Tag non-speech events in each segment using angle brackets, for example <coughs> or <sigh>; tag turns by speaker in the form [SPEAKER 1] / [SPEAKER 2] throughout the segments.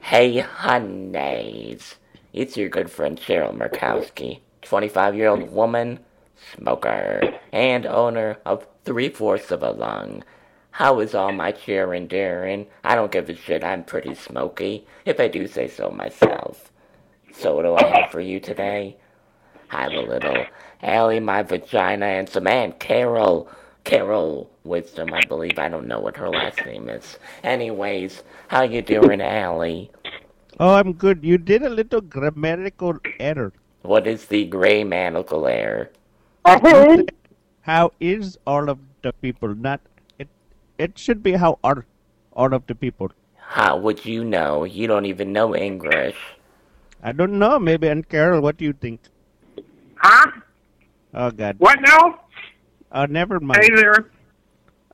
[SPEAKER 1] Hey, honeys. It's your good friend Cheryl Murkowski, 25 year old woman, smoker, and owner of three fourths of a lung. How is all my cheer enduring? I don't give a shit, I'm pretty smoky, if I do say so myself. So, what do I have for you today? I have a little Allie, my vagina, and some Aunt Carol. Carol Wisdom, I believe. I don't know what her last name is. Anyways, how you doing, Allie?
[SPEAKER 2] Oh, I'm good. You did a little grammatical error.
[SPEAKER 1] What is the gray manacle air?
[SPEAKER 2] You said, How is all of the people? Not it. It should be how are all of the people.
[SPEAKER 1] How would you know? You don't even know English.
[SPEAKER 2] I don't know. Maybe. And Carol, what do you think?
[SPEAKER 3] Huh?
[SPEAKER 2] Oh God.
[SPEAKER 3] What now?
[SPEAKER 2] Oh, never
[SPEAKER 3] Hey
[SPEAKER 2] mind.
[SPEAKER 3] there.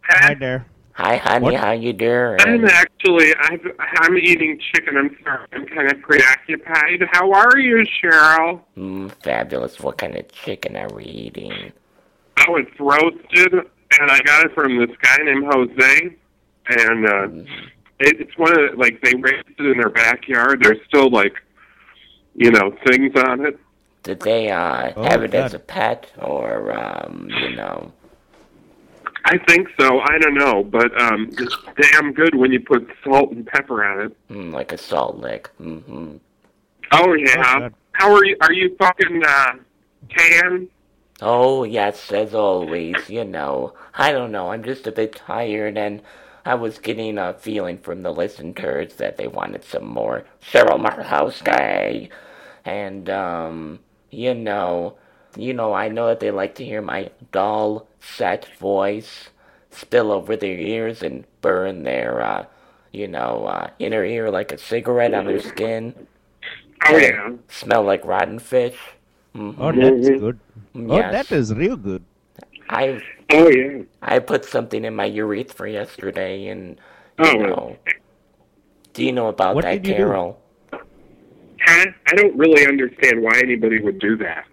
[SPEAKER 2] Hi
[SPEAKER 3] Pat,
[SPEAKER 2] there.
[SPEAKER 1] Hi, honey,
[SPEAKER 2] What?
[SPEAKER 1] how you
[SPEAKER 3] I'm
[SPEAKER 1] doing?
[SPEAKER 3] actually I've, I'm eating chicken. I'm sorry. I'm kind of preoccupied. How are you, Cheryl?
[SPEAKER 1] Mm, fabulous. What kind of chicken are we eating?
[SPEAKER 3] Oh, it's roasted, and I got it from this guy named Jose, and uh, it, it's one of the, like they raised it in their backyard. There's still like, you know, things on it.
[SPEAKER 1] Did they uh,
[SPEAKER 2] Oh,
[SPEAKER 1] have it as
[SPEAKER 2] God.
[SPEAKER 1] a pet or, um, you know?
[SPEAKER 3] I think so. I don't know, but um, it's damn good when you put salt and pepper on it.
[SPEAKER 1] Mm, like a salt lick. hmm
[SPEAKER 3] Oh
[SPEAKER 2] Oh,
[SPEAKER 3] yeah.
[SPEAKER 2] God.
[SPEAKER 3] How are you? Are you fucking uh, tan?
[SPEAKER 1] Oh, yes, as always, you know. I don't know, I'm just a bit tired, and I was getting a feeling from the listeners that they wanted some more Cheryl Markowski. And, um, you know, you know, I know that they like to hear my dull, set voice spill over their ears and burn their, uh, you know, uh, inner ear like a cigarette on their
[SPEAKER 2] Mm-hmm.
[SPEAKER 1] skin,
[SPEAKER 3] Oh yeah.
[SPEAKER 1] smell like rotten fish. Mhm.
[SPEAKER 2] Oh, that's
[SPEAKER 3] Mhm.
[SPEAKER 2] good. Oh,
[SPEAKER 1] Yes.
[SPEAKER 2] that is real good.
[SPEAKER 1] I've
[SPEAKER 3] Oh yeah.
[SPEAKER 1] I put something in my urethra yesterday, and you
[SPEAKER 3] Oh,
[SPEAKER 1] know. Do you know about
[SPEAKER 2] What
[SPEAKER 1] that,
[SPEAKER 2] did you do?
[SPEAKER 1] Carol?
[SPEAKER 3] Huh? I don't really understand why anybody would do that.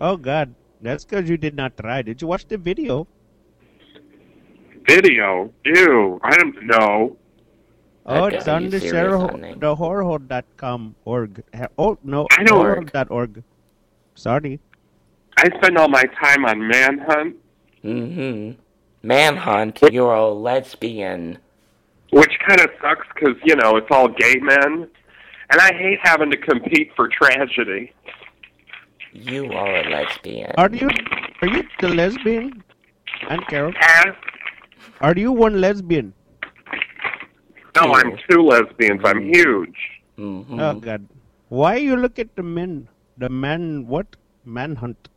[SPEAKER 2] Oh God, that's because you did not try. Did you watch the video?
[SPEAKER 3] Video. Ew. I don't know.
[SPEAKER 2] Oh,
[SPEAKER 1] Okay,
[SPEAKER 2] it's
[SPEAKER 1] are
[SPEAKER 2] on
[SPEAKER 1] you
[SPEAKER 2] the
[SPEAKER 1] serious on
[SPEAKER 2] Cheryl
[SPEAKER 1] that?
[SPEAKER 2] the horrorhole.com org. Ha- Oh no,
[SPEAKER 3] I don't-
[SPEAKER 2] horrorhole.org. Sorry.
[SPEAKER 3] I spend all my time on Manhunt,
[SPEAKER 1] Mm-hmm. Manhunt, you're a lesbian.
[SPEAKER 3] which kind of sucks because you know it's all gay men, and I hate having to compete for tragedy.
[SPEAKER 1] You are a lesbian.
[SPEAKER 2] Are you are you the lesbian? And Carol,
[SPEAKER 3] Huh?
[SPEAKER 2] are you one lesbian?
[SPEAKER 3] No, I'm two lesbians. I'm huge.
[SPEAKER 1] Mm-hmm.
[SPEAKER 2] Oh God, why you look at the men? The man what? Manhunt.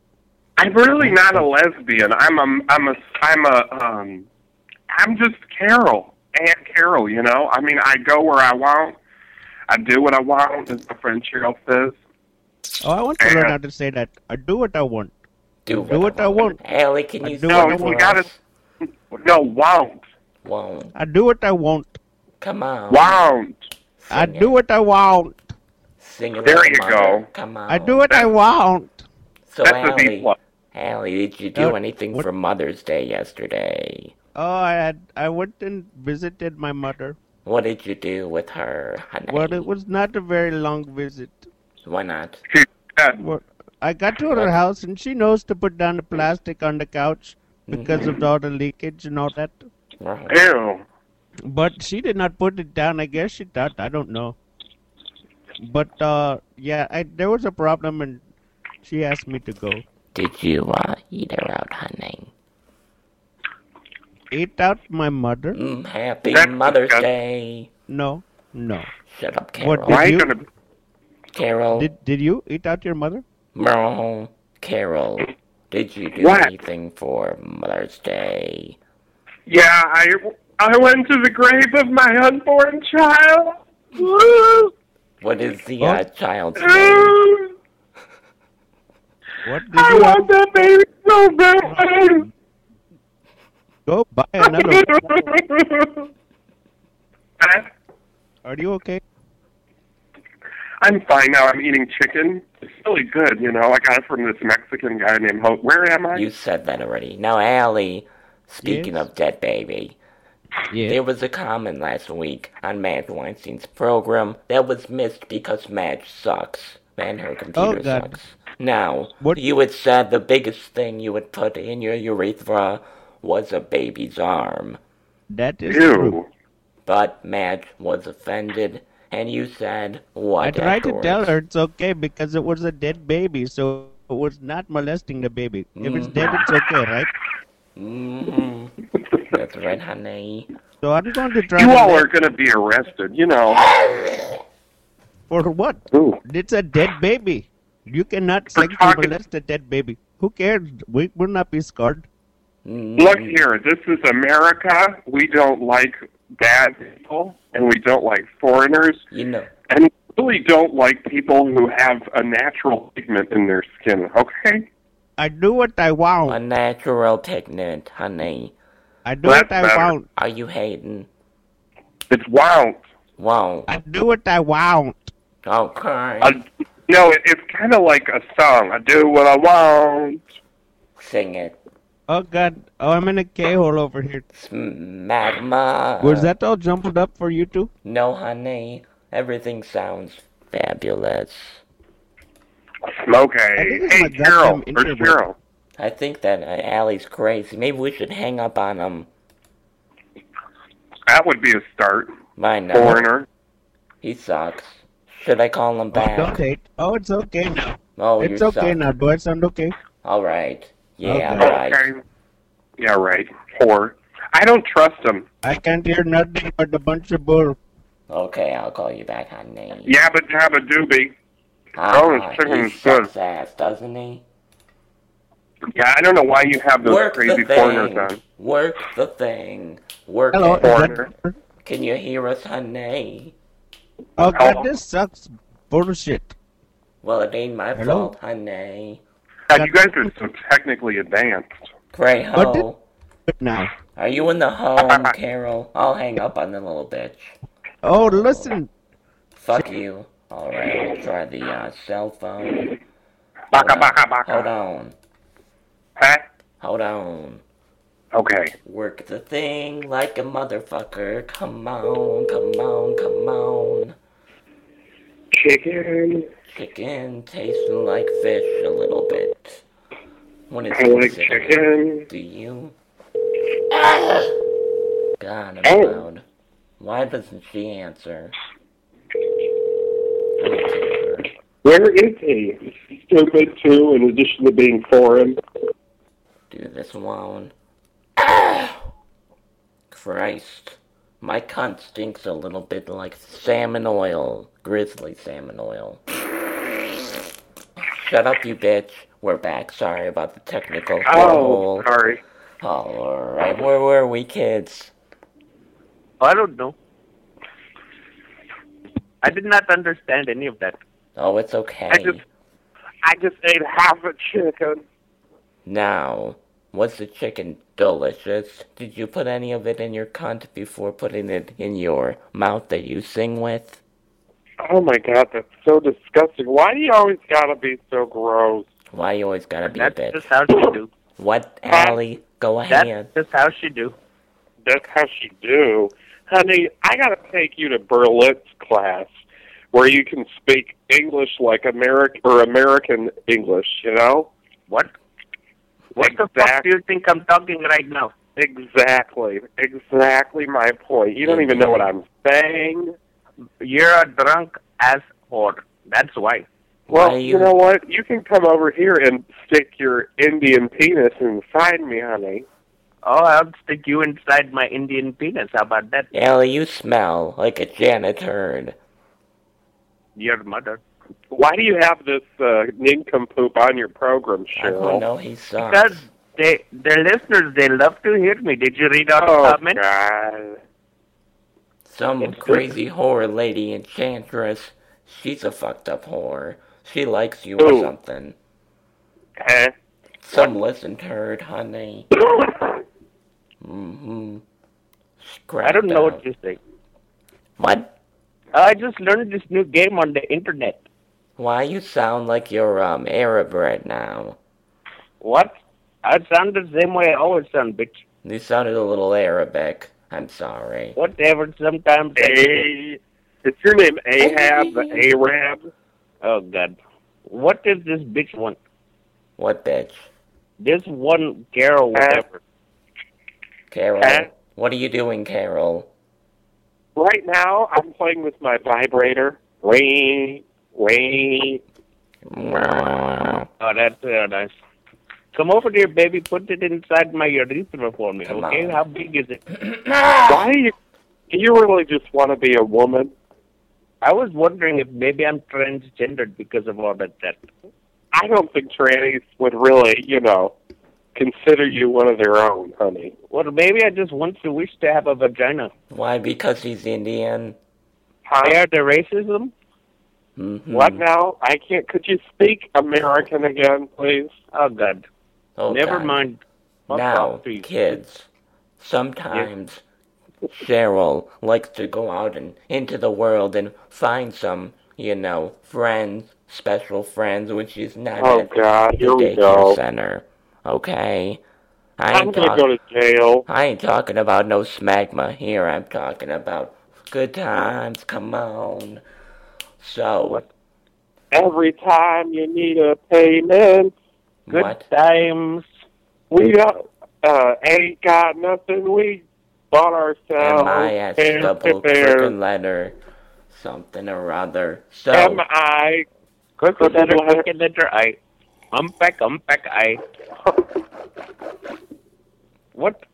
[SPEAKER 3] I'm really not a lesbian. I'm a. I'm a. I'm a. Um, I'm just Carol, Aunt Carol. You know. I mean, I go where I want. I do what I want, as my friend Cheryl says.
[SPEAKER 2] Oh, I want to learn how to say that. I do what I want.
[SPEAKER 1] do
[SPEAKER 2] do what I want.
[SPEAKER 1] Allie, can
[SPEAKER 2] I
[SPEAKER 1] you
[SPEAKER 2] do
[SPEAKER 1] sing
[SPEAKER 2] what I
[SPEAKER 1] for
[SPEAKER 2] want.
[SPEAKER 1] us?
[SPEAKER 3] No, won't,
[SPEAKER 1] Won't.
[SPEAKER 2] I do what I want.
[SPEAKER 1] Come on.
[SPEAKER 3] won't.
[SPEAKER 1] Sing
[SPEAKER 2] I
[SPEAKER 1] it.
[SPEAKER 2] do what I want.
[SPEAKER 1] Sing it
[SPEAKER 3] There
[SPEAKER 1] like a
[SPEAKER 3] you
[SPEAKER 1] mother.
[SPEAKER 3] go.
[SPEAKER 1] Come on.
[SPEAKER 2] I do what I want.
[SPEAKER 1] So,
[SPEAKER 3] That's a B
[SPEAKER 1] Allie,
[SPEAKER 3] plus.
[SPEAKER 1] Allie, did you do
[SPEAKER 2] Uh,
[SPEAKER 1] anything
[SPEAKER 2] what-
[SPEAKER 1] for Mother's Day yesterday?
[SPEAKER 2] Oh, I had I went and visited my mother.
[SPEAKER 1] What did you do with her, honey?
[SPEAKER 2] Well, it was not a very long visit.
[SPEAKER 1] Why not?
[SPEAKER 3] Yeah.
[SPEAKER 2] Well, I got to her house and she knows to put down the plastic on the couch because of all the leakage and all that.
[SPEAKER 1] Well,
[SPEAKER 3] Ew.
[SPEAKER 2] But she did not put it down. I guess she thought. I don't know. But uh, yeah, I, there was a problem and she asked me to go.
[SPEAKER 1] Did you uh, eat her out, honey?
[SPEAKER 2] Ate out my mother?
[SPEAKER 1] Mm, happy
[SPEAKER 3] That's
[SPEAKER 1] Mother's
[SPEAKER 3] disgusting.
[SPEAKER 1] Day.
[SPEAKER 2] No, no.
[SPEAKER 1] Shut up, Carol.
[SPEAKER 2] What Did
[SPEAKER 3] Why
[SPEAKER 2] you-
[SPEAKER 3] gonna?
[SPEAKER 1] Carol.
[SPEAKER 2] Did did you eat out your mother?
[SPEAKER 1] Merle, Carol. Did you do
[SPEAKER 3] What?
[SPEAKER 1] anything for Mother's Day?
[SPEAKER 3] Yeah, I I went to the grave of my unborn child. Woo!
[SPEAKER 1] What is the
[SPEAKER 2] Oh.
[SPEAKER 1] uh, child's name?
[SPEAKER 3] Ooh,
[SPEAKER 2] What did
[SPEAKER 3] I
[SPEAKER 2] you
[SPEAKER 3] want that baby so bad.
[SPEAKER 2] go buy another? one.
[SPEAKER 3] <laughs> Huh?
[SPEAKER 2] Are you okay?
[SPEAKER 3] I'm fine now. I'm eating chicken. It's really good, you know. I got it from this Mexican guy named Ho. Where am I?
[SPEAKER 1] You said that already. Now, Allie, speaking
[SPEAKER 2] Yes?
[SPEAKER 1] of dead baby,
[SPEAKER 2] Yeah.
[SPEAKER 1] There was a comment last week on Madge Weinstein's program that was missed because Madge sucks and her computer
[SPEAKER 2] Oh, God.
[SPEAKER 1] sucks. Now,
[SPEAKER 2] What-
[SPEAKER 1] you had said the biggest thing you would put in your urethra was a baby's arm,
[SPEAKER 2] That is true.
[SPEAKER 3] Ew.
[SPEAKER 1] but Madge was offended, and you said what?
[SPEAKER 2] I tried to
[SPEAKER 1] afterwards?
[SPEAKER 2] tell her it's okay because it was a dead baby, so it was not molesting the baby. If it's dead, it's okay, right?
[SPEAKER 1] hmm That's right, honey.
[SPEAKER 2] So I'm going to try
[SPEAKER 3] You
[SPEAKER 2] to
[SPEAKER 3] all
[SPEAKER 2] let-
[SPEAKER 3] are going to be arrested, you know.
[SPEAKER 2] for what?
[SPEAKER 3] Ooh.
[SPEAKER 2] It's a dead baby. You cannot
[SPEAKER 3] For
[SPEAKER 2] sexually
[SPEAKER 3] talking-
[SPEAKER 2] molest a dead baby. Who cares? We will not be scarred.
[SPEAKER 1] Mm-hmm.
[SPEAKER 3] Look here, this is America. We don't like bad people, and we don't like foreigners,
[SPEAKER 1] You know,
[SPEAKER 3] and we really don't like people who have a natural pigment in their skin, okay?
[SPEAKER 2] I do what I
[SPEAKER 1] a
[SPEAKER 2] want.
[SPEAKER 1] natural pigment, honey.
[SPEAKER 2] I do
[SPEAKER 3] That's
[SPEAKER 2] what I
[SPEAKER 3] better.
[SPEAKER 2] want.
[SPEAKER 1] Are you hating?
[SPEAKER 3] It's wild.
[SPEAKER 1] Wow.
[SPEAKER 2] I do what I want.
[SPEAKER 1] Okay.
[SPEAKER 3] Uh, no, it, it's kind of like a song. I do what I want.
[SPEAKER 1] Sing it.
[SPEAKER 2] Oh God! Oh, I'm in a K hole over here.
[SPEAKER 1] Magma.
[SPEAKER 2] Was that all jumbled up for you two?
[SPEAKER 1] No, honey. Everything sounds fabulous.
[SPEAKER 3] Smoke
[SPEAKER 2] I think
[SPEAKER 3] a.
[SPEAKER 2] it's
[SPEAKER 3] Hey,
[SPEAKER 2] my goddamn
[SPEAKER 3] Carol. Or
[SPEAKER 2] internet.
[SPEAKER 3] Cheryl.
[SPEAKER 1] I think that uh, Allie's crazy. Maybe we should hang up on him.
[SPEAKER 3] That would be a start.
[SPEAKER 1] I know.
[SPEAKER 3] Foreigner.
[SPEAKER 1] He sucks. Should I call him
[SPEAKER 2] Oh,
[SPEAKER 1] back?
[SPEAKER 2] don't hate. Oh, it's okay now.
[SPEAKER 1] Oh,
[SPEAKER 2] it's
[SPEAKER 1] you
[SPEAKER 2] okay
[SPEAKER 1] suck.
[SPEAKER 2] now. Do I sound okay?
[SPEAKER 1] All right. Yeah,
[SPEAKER 2] Okay.
[SPEAKER 1] all right.
[SPEAKER 3] Okay. Yeah, right. Whore. I don't trust him.
[SPEAKER 2] I can't hear nothing but a bunch of bull.
[SPEAKER 1] Okay, I'll call you back, honey.
[SPEAKER 3] Yabba dabba doobie.
[SPEAKER 1] Ah,
[SPEAKER 3] Oh, it's freaking
[SPEAKER 1] he sucks ass, doesn't he?
[SPEAKER 3] Yeah, I don't know why you have those
[SPEAKER 1] Work
[SPEAKER 3] crazy
[SPEAKER 1] the
[SPEAKER 3] foreigners
[SPEAKER 1] thing.
[SPEAKER 3] on.
[SPEAKER 1] Work the thing. Work
[SPEAKER 2] Hello. is
[SPEAKER 1] it.
[SPEAKER 2] that-
[SPEAKER 1] Can you hear us, honey?
[SPEAKER 2] Oh
[SPEAKER 3] Hello.
[SPEAKER 2] God, this sucks. Bullshit.
[SPEAKER 1] Well, it ain't my
[SPEAKER 2] Hello.
[SPEAKER 1] fault, honey.
[SPEAKER 3] God, you guys are so technically advanced.
[SPEAKER 1] Gray
[SPEAKER 2] What did-
[SPEAKER 1] hoe.
[SPEAKER 2] But now.
[SPEAKER 1] Are you in the home, Carol? I'll hang up on the little bitch.
[SPEAKER 2] Oh, listen.
[SPEAKER 1] Fuck you. Alright, I'll try the uh, cell phone.
[SPEAKER 3] Baka baka
[SPEAKER 1] Hold
[SPEAKER 3] baka.
[SPEAKER 1] on.
[SPEAKER 3] Huh?
[SPEAKER 1] Hold on.
[SPEAKER 3] Okay.
[SPEAKER 1] Work the thing like a motherfucker. Come on, come on, come on.
[SPEAKER 3] Chicken.
[SPEAKER 1] Chicken tasting like fish a little bit. When it's
[SPEAKER 3] I like
[SPEAKER 1] considered.
[SPEAKER 3] chicken.
[SPEAKER 1] Do
[SPEAKER 3] <coughs>
[SPEAKER 1] you? God, I'm
[SPEAKER 3] Oh.
[SPEAKER 1] loud. Why doesn't she answer? I don't care.
[SPEAKER 3] Where is he? Stupid too, in addition to being foreign.
[SPEAKER 1] Do this alone. <coughs> Christ. My cunt stinks a little bit like salmon oil. Grizzly salmon oil. Shut up, you bitch. We're back. Sorry about the technical
[SPEAKER 3] Oh,
[SPEAKER 1] hole.
[SPEAKER 3] sorry.
[SPEAKER 1] Alright, where were we, kids?
[SPEAKER 4] I don't know. I did not understand any of that.
[SPEAKER 1] Oh, it's okay.
[SPEAKER 3] just- I just ate half a chicken.
[SPEAKER 1] Now, was the chicken delicious? Did you put any of it in your cunt before putting it in your mouth that you sing with?
[SPEAKER 3] Oh my god, that's so disgusting. Why do you always gotta be so gross?
[SPEAKER 1] Why you always gotta be
[SPEAKER 4] That's
[SPEAKER 1] a bitch?
[SPEAKER 4] just how she do.
[SPEAKER 1] What, Allie? Go
[SPEAKER 4] That's
[SPEAKER 1] ahead.
[SPEAKER 4] just how she do.
[SPEAKER 3] That's how she do. Honey, I gotta take you to Berlitz class where you can speak English like American or American English, you know?
[SPEAKER 4] What? What the fuck do
[SPEAKER 3] exactly,
[SPEAKER 4] you think I'm talking right now?
[SPEAKER 3] exactly. Exactly my point. You don't even know what I'm saying.
[SPEAKER 4] You're a drunk ass whore. That's why.
[SPEAKER 1] Why
[SPEAKER 3] Well,
[SPEAKER 1] you-
[SPEAKER 3] you know what? You can come over here and stick your Indian penis inside me, honey.
[SPEAKER 4] Oh, I'll stick you inside my Indian penis. How about that?
[SPEAKER 1] Allie, you smell like a janitor.
[SPEAKER 4] Your mother.
[SPEAKER 3] Why do you have this uh, nincompoop on your program,
[SPEAKER 1] I don't
[SPEAKER 3] Cheryl?
[SPEAKER 1] know, he
[SPEAKER 4] Because
[SPEAKER 1] sucks.
[SPEAKER 4] they, the listeners, they love to hear me. Did you read out
[SPEAKER 3] Oh,
[SPEAKER 4] comment?
[SPEAKER 3] God.
[SPEAKER 1] Some crazy whore lady enchantress. She's a fucked up whore. She likes you or
[SPEAKER 3] Who?
[SPEAKER 1] something.
[SPEAKER 3] Huh?
[SPEAKER 1] Some listen to her, honey.
[SPEAKER 3] Eh? <laughs>
[SPEAKER 1] Mm-hmm. Scrap
[SPEAKER 4] I don't know
[SPEAKER 1] out.
[SPEAKER 4] what you say.
[SPEAKER 1] What?
[SPEAKER 4] I just learned this new game on the internet.
[SPEAKER 1] Why you sound like you're um Arab right now?
[SPEAKER 4] What? I sound the same way I always sound, bitch.
[SPEAKER 1] You sounded a little Arabic. I'm sorry.
[SPEAKER 4] Whatever, sometimes. I-
[SPEAKER 3] A. It's your name, Ahab the Arab.
[SPEAKER 4] Oh, God. What is this bitch want?
[SPEAKER 1] What bitch?
[SPEAKER 4] This one
[SPEAKER 1] Uh,
[SPEAKER 4] girl, whatever.
[SPEAKER 1] Carol.
[SPEAKER 3] Huh?
[SPEAKER 1] What are you doing, Carol?
[SPEAKER 3] Right now, I'm playing with my vibrator. Ring, ring.
[SPEAKER 1] Come
[SPEAKER 4] Oh, that's uh, nice. Come over here, baby. Put it inside my urethra for me,
[SPEAKER 1] Come
[SPEAKER 4] okay?
[SPEAKER 1] on.
[SPEAKER 4] How big is it?
[SPEAKER 3] Why do you, do you really just want to be a woman?
[SPEAKER 4] I was wondering if maybe I'm transgendered because of all that. that.
[SPEAKER 3] I don't think trannies would really, you know, consider you one of their own, honey.
[SPEAKER 4] Well, maybe I just want to wish to have a vagina.
[SPEAKER 1] Why? Because he's Indian.
[SPEAKER 3] Huh?
[SPEAKER 1] Uh,
[SPEAKER 4] There, the racism?
[SPEAKER 1] Mhm.
[SPEAKER 3] What now? I can't. Could you speak American again, please?
[SPEAKER 4] Oh, God.
[SPEAKER 1] Oh,
[SPEAKER 4] Never
[SPEAKER 1] God.
[SPEAKER 4] mind. Fuck
[SPEAKER 1] Now,
[SPEAKER 4] off, please.
[SPEAKER 1] kids, sometimes Cheryl likes to go out and into the world and find some, you know, friends, special friends when she's not
[SPEAKER 3] Oh
[SPEAKER 1] at
[SPEAKER 3] God,
[SPEAKER 1] the
[SPEAKER 3] here we
[SPEAKER 1] daycare
[SPEAKER 3] go.
[SPEAKER 1] center. Okay? I
[SPEAKER 3] I'm
[SPEAKER 1] ain't,
[SPEAKER 3] gonna
[SPEAKER 1] talk-
[SPEAKER 3] go to jail.
[SPEAKER 1] I ain't talking about no smagma here. I'm talking about good times. Come on. So,
[SPEAKER 4] What?
[SPEAKER 3] Every time you need a payment,
[SPEAKER 4] Good
[SPEAKER 1] what?
[SPEAKER 4] times.
[SPEAKER 3] we don't uh, ain't got nothing. We bought ourselves.
[SPEAKER 1] Am I at
[SPEAKER 3] and
[SPEAKER 1] double
[SPEAKER 3] there.
[SPEAKER 1] frickin' letter? Something or other. So,
[SPEAKER 3] Am I?
[SPEAKER 4] Quick with that
[SPEAKER 3] Letter.
[SPEAKER 4] letter, letter I. Um, Umpack, umpack I. What?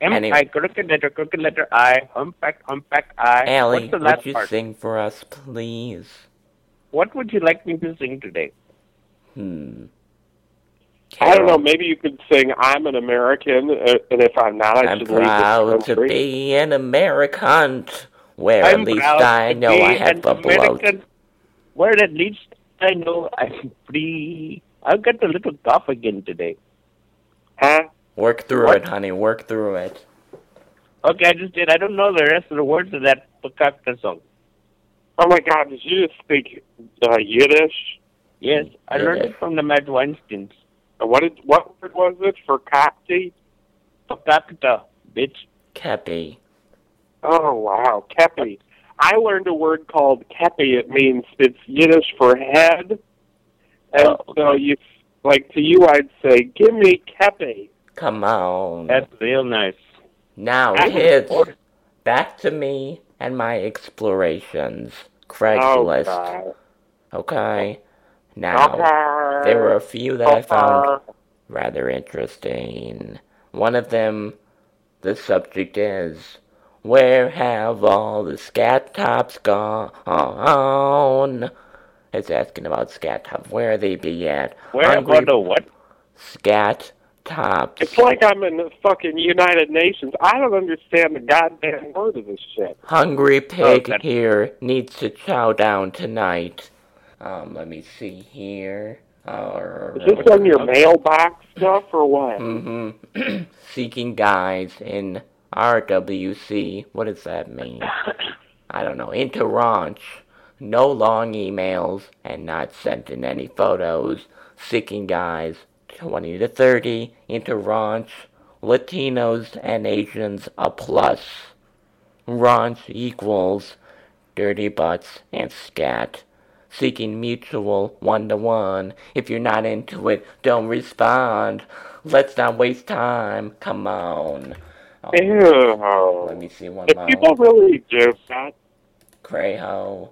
[SPEAKER 4] M I,
[SPEAKER 1] Anyway.
[SPEAKER 4] crooked letter, crooked letter I, Um, humpback, humpback I.
[SPEAKER 1] Allie,
[SPEAKER 4] What's the
[SPEAKER 1] would
[SPEAKER 4] last
[SPEAKER 1] you
[SPEAKER 4] part?
[SPEAKER 1] sing for us, please?
[SPEAKER 4] What would you like me to sing today?
[SPEAKER 1] Hmm.
[SPEAKER 3] I don't know.
[SPEAKER 1] Carol,
[SPEAKER 3] Maybe you could sing "I'm an American," uh, and if I'm not, I
[SPEAKER 1] I'm
[SPEAKER 3] should leave this
[SPEAKER 1] proud to
[SPEAKER 3] country.
[SPEAKER 1] be an American, where
[SPEAKER 4] I'm
[SPEAKER 1] at least
[SPEAKER 4] proud
[SPEAKER 1] I
[SPEAKER 4] to
[SPEAKER 1] know
[SPEAKER 4] be
[SPEAKER 1] I have
[SPEAKER 4] an
[SPEAKER 1] a bloat.
[SPEAKER 4] American. Well, at least I know I'm free. I've got a little cough again today.
[SPEAKER 3] Huh?
[SPEAKER 1] Work through
[SPEAKER 4] What?
[SPEAKER 1] it, honey. Work through it.
[SPEAKER 4] Okay, I just did. I don't know the rest of the words of that Pukakta song.
[SPEAKER 3] Oh my God! Did you just speak uh, Yiddish?
[SPEAKER 4] Yes, I
[SPEAKER 1] Yeah.
[SPEAKER 4] learned it from the Matt Weinsteins.
[SPEAKER 3] Uh, What did what word was it for Copti?
[SPEAKER 4] Pukakta, bitch.
[SPEAKER 1] Kepi.
[SPEAKER 3] Oh wow, Kepi. I learned a word called Kepi. It means it's Yiddish for head, and
[SPEAKER 4] Oh.
[SPEAKER 3] so you like to you, I'd say, "Give me Kepi."
[SPEAKER 1] Come on.
[SPEAKER 4] That's real nice.
[SPEAKER 1] now,
[SPEAKER 3] I was
[SPEAKER 1] kids,
[SPEAKER 3] bored.
[SPEAKER 1] back to me and my explorations.
[SPEAKER 3] Oh,
[SPEAKER 1] Craigslist.
[SPEAKER 3] God.
[SPEAKER 1] Okay? Now,
[SPEAKER 3] Okay. Uh,
[SPEAKER 1] there were a few that I found
[SPEAKER 4] Uh-huh.
[SPEAKER 3] Okay.
[SPEAKER 1] rather interesting. One of them, the subject is, Where have all the scat tops gone? It's asking about scat tops. Where they be at?
[SPEAKER 4] Where
[SPEAKER 1] Hungry
[SPEAKER 4] about the what?
[SPEAKER 1] scat tops.
[SPEAKER 3] It's like I'm in the fucking United Nations. I don't understand the goddamn word of this shit.
[SPEAKER 1] Hungry pig
[SPEAKER 4] that-
[SPEAKER 1] here needs to chow down tonight. Um, let me see here. Uh,
[SPEAKER 3] Is this on your mailbox stuff or what?
[SPEAKER 1] Mm-hmm. <clears throat> Seeking guys in RWC. What does that mean? I don't know. Into ranch. No long emails and not sent in any photos. Seeking guys 20 to 30. Into ranch. Latinos and Asians a plus. Ranch equals dirty butts and scat seeking mutual one to one. If you're not into it, don't respond. Let's not waste time. Come on. Oh,
[SPEAKER 3] Ew.
[SPEAKER 1] let me see one
[SPEAKER 3] If people
[SPEAKER 1] more.
[SPEAKER 3] really do that,
[SPEAKER 1] Crayho.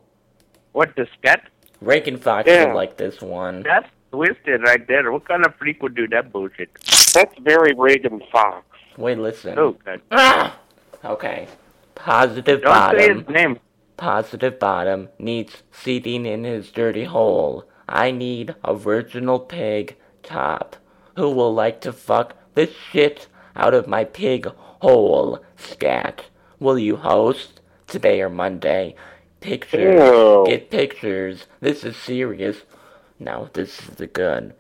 [SPEAKER 4] What the scat?
[SPEAKER 1] Rake and Fox
[SPEAKER 3] Yeah.
[SPEAKER 1] will like this one.
[SPEAKER 4] That's twisted right there. What kind of freak would do that bullshit?
[SPEAKER 3] that's very Reagan Fox.
[SPEAKER 1] Wait, listen.
[SPEAKER 4] Oh God!
[SPEAKER 1] Ah! Okay. Positive
[SPEAKER 4] Don't say
[SPEAKER 1] bottom.
[SPEAKER 4] his name.
[SPEAKER 1] Positive bottom needs seating in his dirty hole. I need a virginal pig top who will like to fuck the shit out of my pig hole. Scat. Will you host today or Monday? Pictures.
[SPEAKER 3] Ew.
[SPEAKER 1] Get pictures. This is serious. No, this is the good.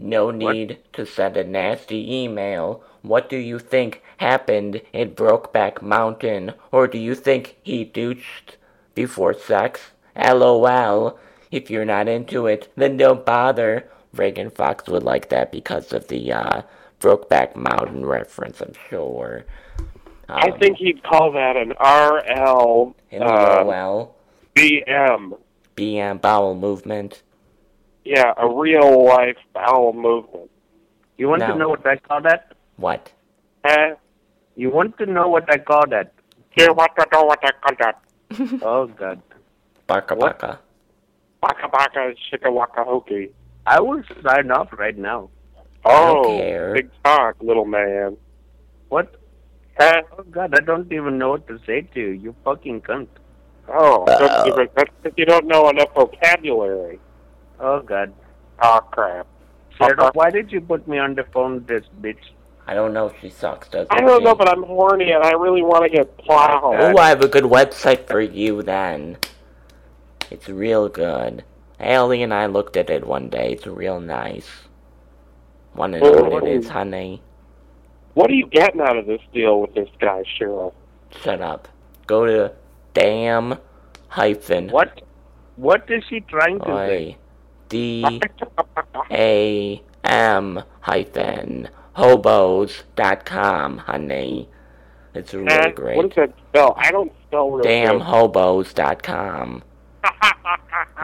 [SPEAKER 1] No need to send a nasty email. What do you think happened in Brokeback Mountain? Or do you think he douched before sex? LOL. If you're not into it, then don't bother. Reagan Fox would like that because of the uh, Brokeback Mountain reference, I'm sure. Um,
[SPEAKER 3] I think uh, he'd call that an RL
[SPEAKER 1] in LOL,
[SPEAKER 3] BM.
[SPEAKER 1] BM bowel movement.
[SPEAKER 3] Yeah, a real life bowel movement.
[SPEAKER 4] You want
[SPEAKER 1] No.
[SPEAKER 4] to know what I call that?
[SPEAKER 1] What?
[SPEAKER 3] Eh?
[SPEAKER 4] You want to know what I call
[SPEAKER 1] <laughs>
[SPEAKER 4] that?
[SPEAKER 3] You want to know what I call that?
[SPEAKER 4] oh God!
[SPEAKER 1] Barka
[SPEAKER 4] What?
[SPEAKER 1] barka.
[SPEAKER 3] Baka baka shikawaka hokey.
[SPEAKER 4] I will sign off right now.
[SPEAKER 3] Oh,
[SPEAKER 1] care.
[SPEAKER 3] big talk, little man.
[SPEAKER 4] What?
[SPEAKER 3] Eh?
[SPEAKER 4] Oh God! I don't even know what to say to you. You fucking cunt.
[SPEAKER 3] Oh,
[SPEAKER 1] Wow.
[SPEAKER 3] that's even, that's because you don't know enough vocabulary.
[SPEAKER 4] Oh God!
[SPEAKER 3] Oh, crap.
[SPEAKER 4] Sarah, why did you put me on the phone, this bitch?
[SPEAKER 1] I don't know if she sucks, does
[SPEAKER 3] I don't
[SPEAKER 1] she?
[SPEAKER 3] know, but I'm horny and I really want to get plowed.
[SPEAKER 1] Oh, I have a good website for you then. It's real good. Allie and I looked at it one day. It's real nice. One and
[SPEAKER 3] Oh,
[SPEAKER 1] only
[SPEAKER 3] what
[SPEAKER 1] is
[SPEAKER 3] is-
[SPEAKER 1] honey.
[SPEAKER 3] What are you getting out of this deal with this guy, Cheryl?
[SPEAKER 1] Shut up. Go to damn hyphen
[SPEAKER 4] What? What is she trying to say?
[SPEAKER 1] Oi. D
[SPEAKER 3] Eh?
[SPEAKER 1] A M hyphen hobos dot com, honey. It's
[SPEAKER 3] Eh,
[SPEAKER 1] really
[SPEAKER 3] What
[SPEAKER 1] great.
[SPEAKER 3] does that spell? I don't spell real
[SPEAKER 1] Damn
[SPEAKER 3] good.
[SPEAKER 1] hobos dot
[SPEAKER 3] <laughs>
[SPEAKER 1] com.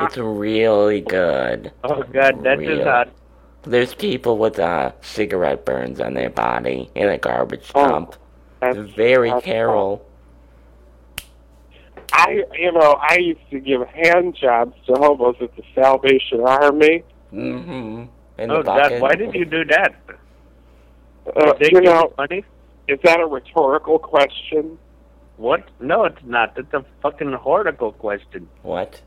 [SPEAKER 1] It's really good.
[SPEAKER 4] Oh God! That is
[SPEAKER 1] Real.
[SPEAKER 4] hot.
[SPEAKER 1] There's people with uh, cigarette burns on their body in a garbage
[SPEAKER 3] Oh,
[SPEAKER 1] dump.
[SPEAKER 3] That's-
[SPEAKER 1] Very
[SPEAKER 3] that's
[SPEAKER 1] careful.
[SPEAKER 3] I, you know, I used to give hand jobs to hobos at the Salvation Army.
[SPEAKER 1] Mm-hmm. In
[SPEAKER 4] Oh
[SPEAKER 1] the bucket.
[SPEAKER 4] God! Why did you do that?
[SPEAKER 3] Uh,
[SPEAKER 4] They
[SPEAKER 3] you
[SPEAKER 4] give
[SPEAKER 3] know,
[SPEAKER 4] money?
[SPEAKER 3] is that a rhetorical question?
[SPEAKER 4] What? No, it's not. It's a fucking horrible question.
[SPEAKER 1] What?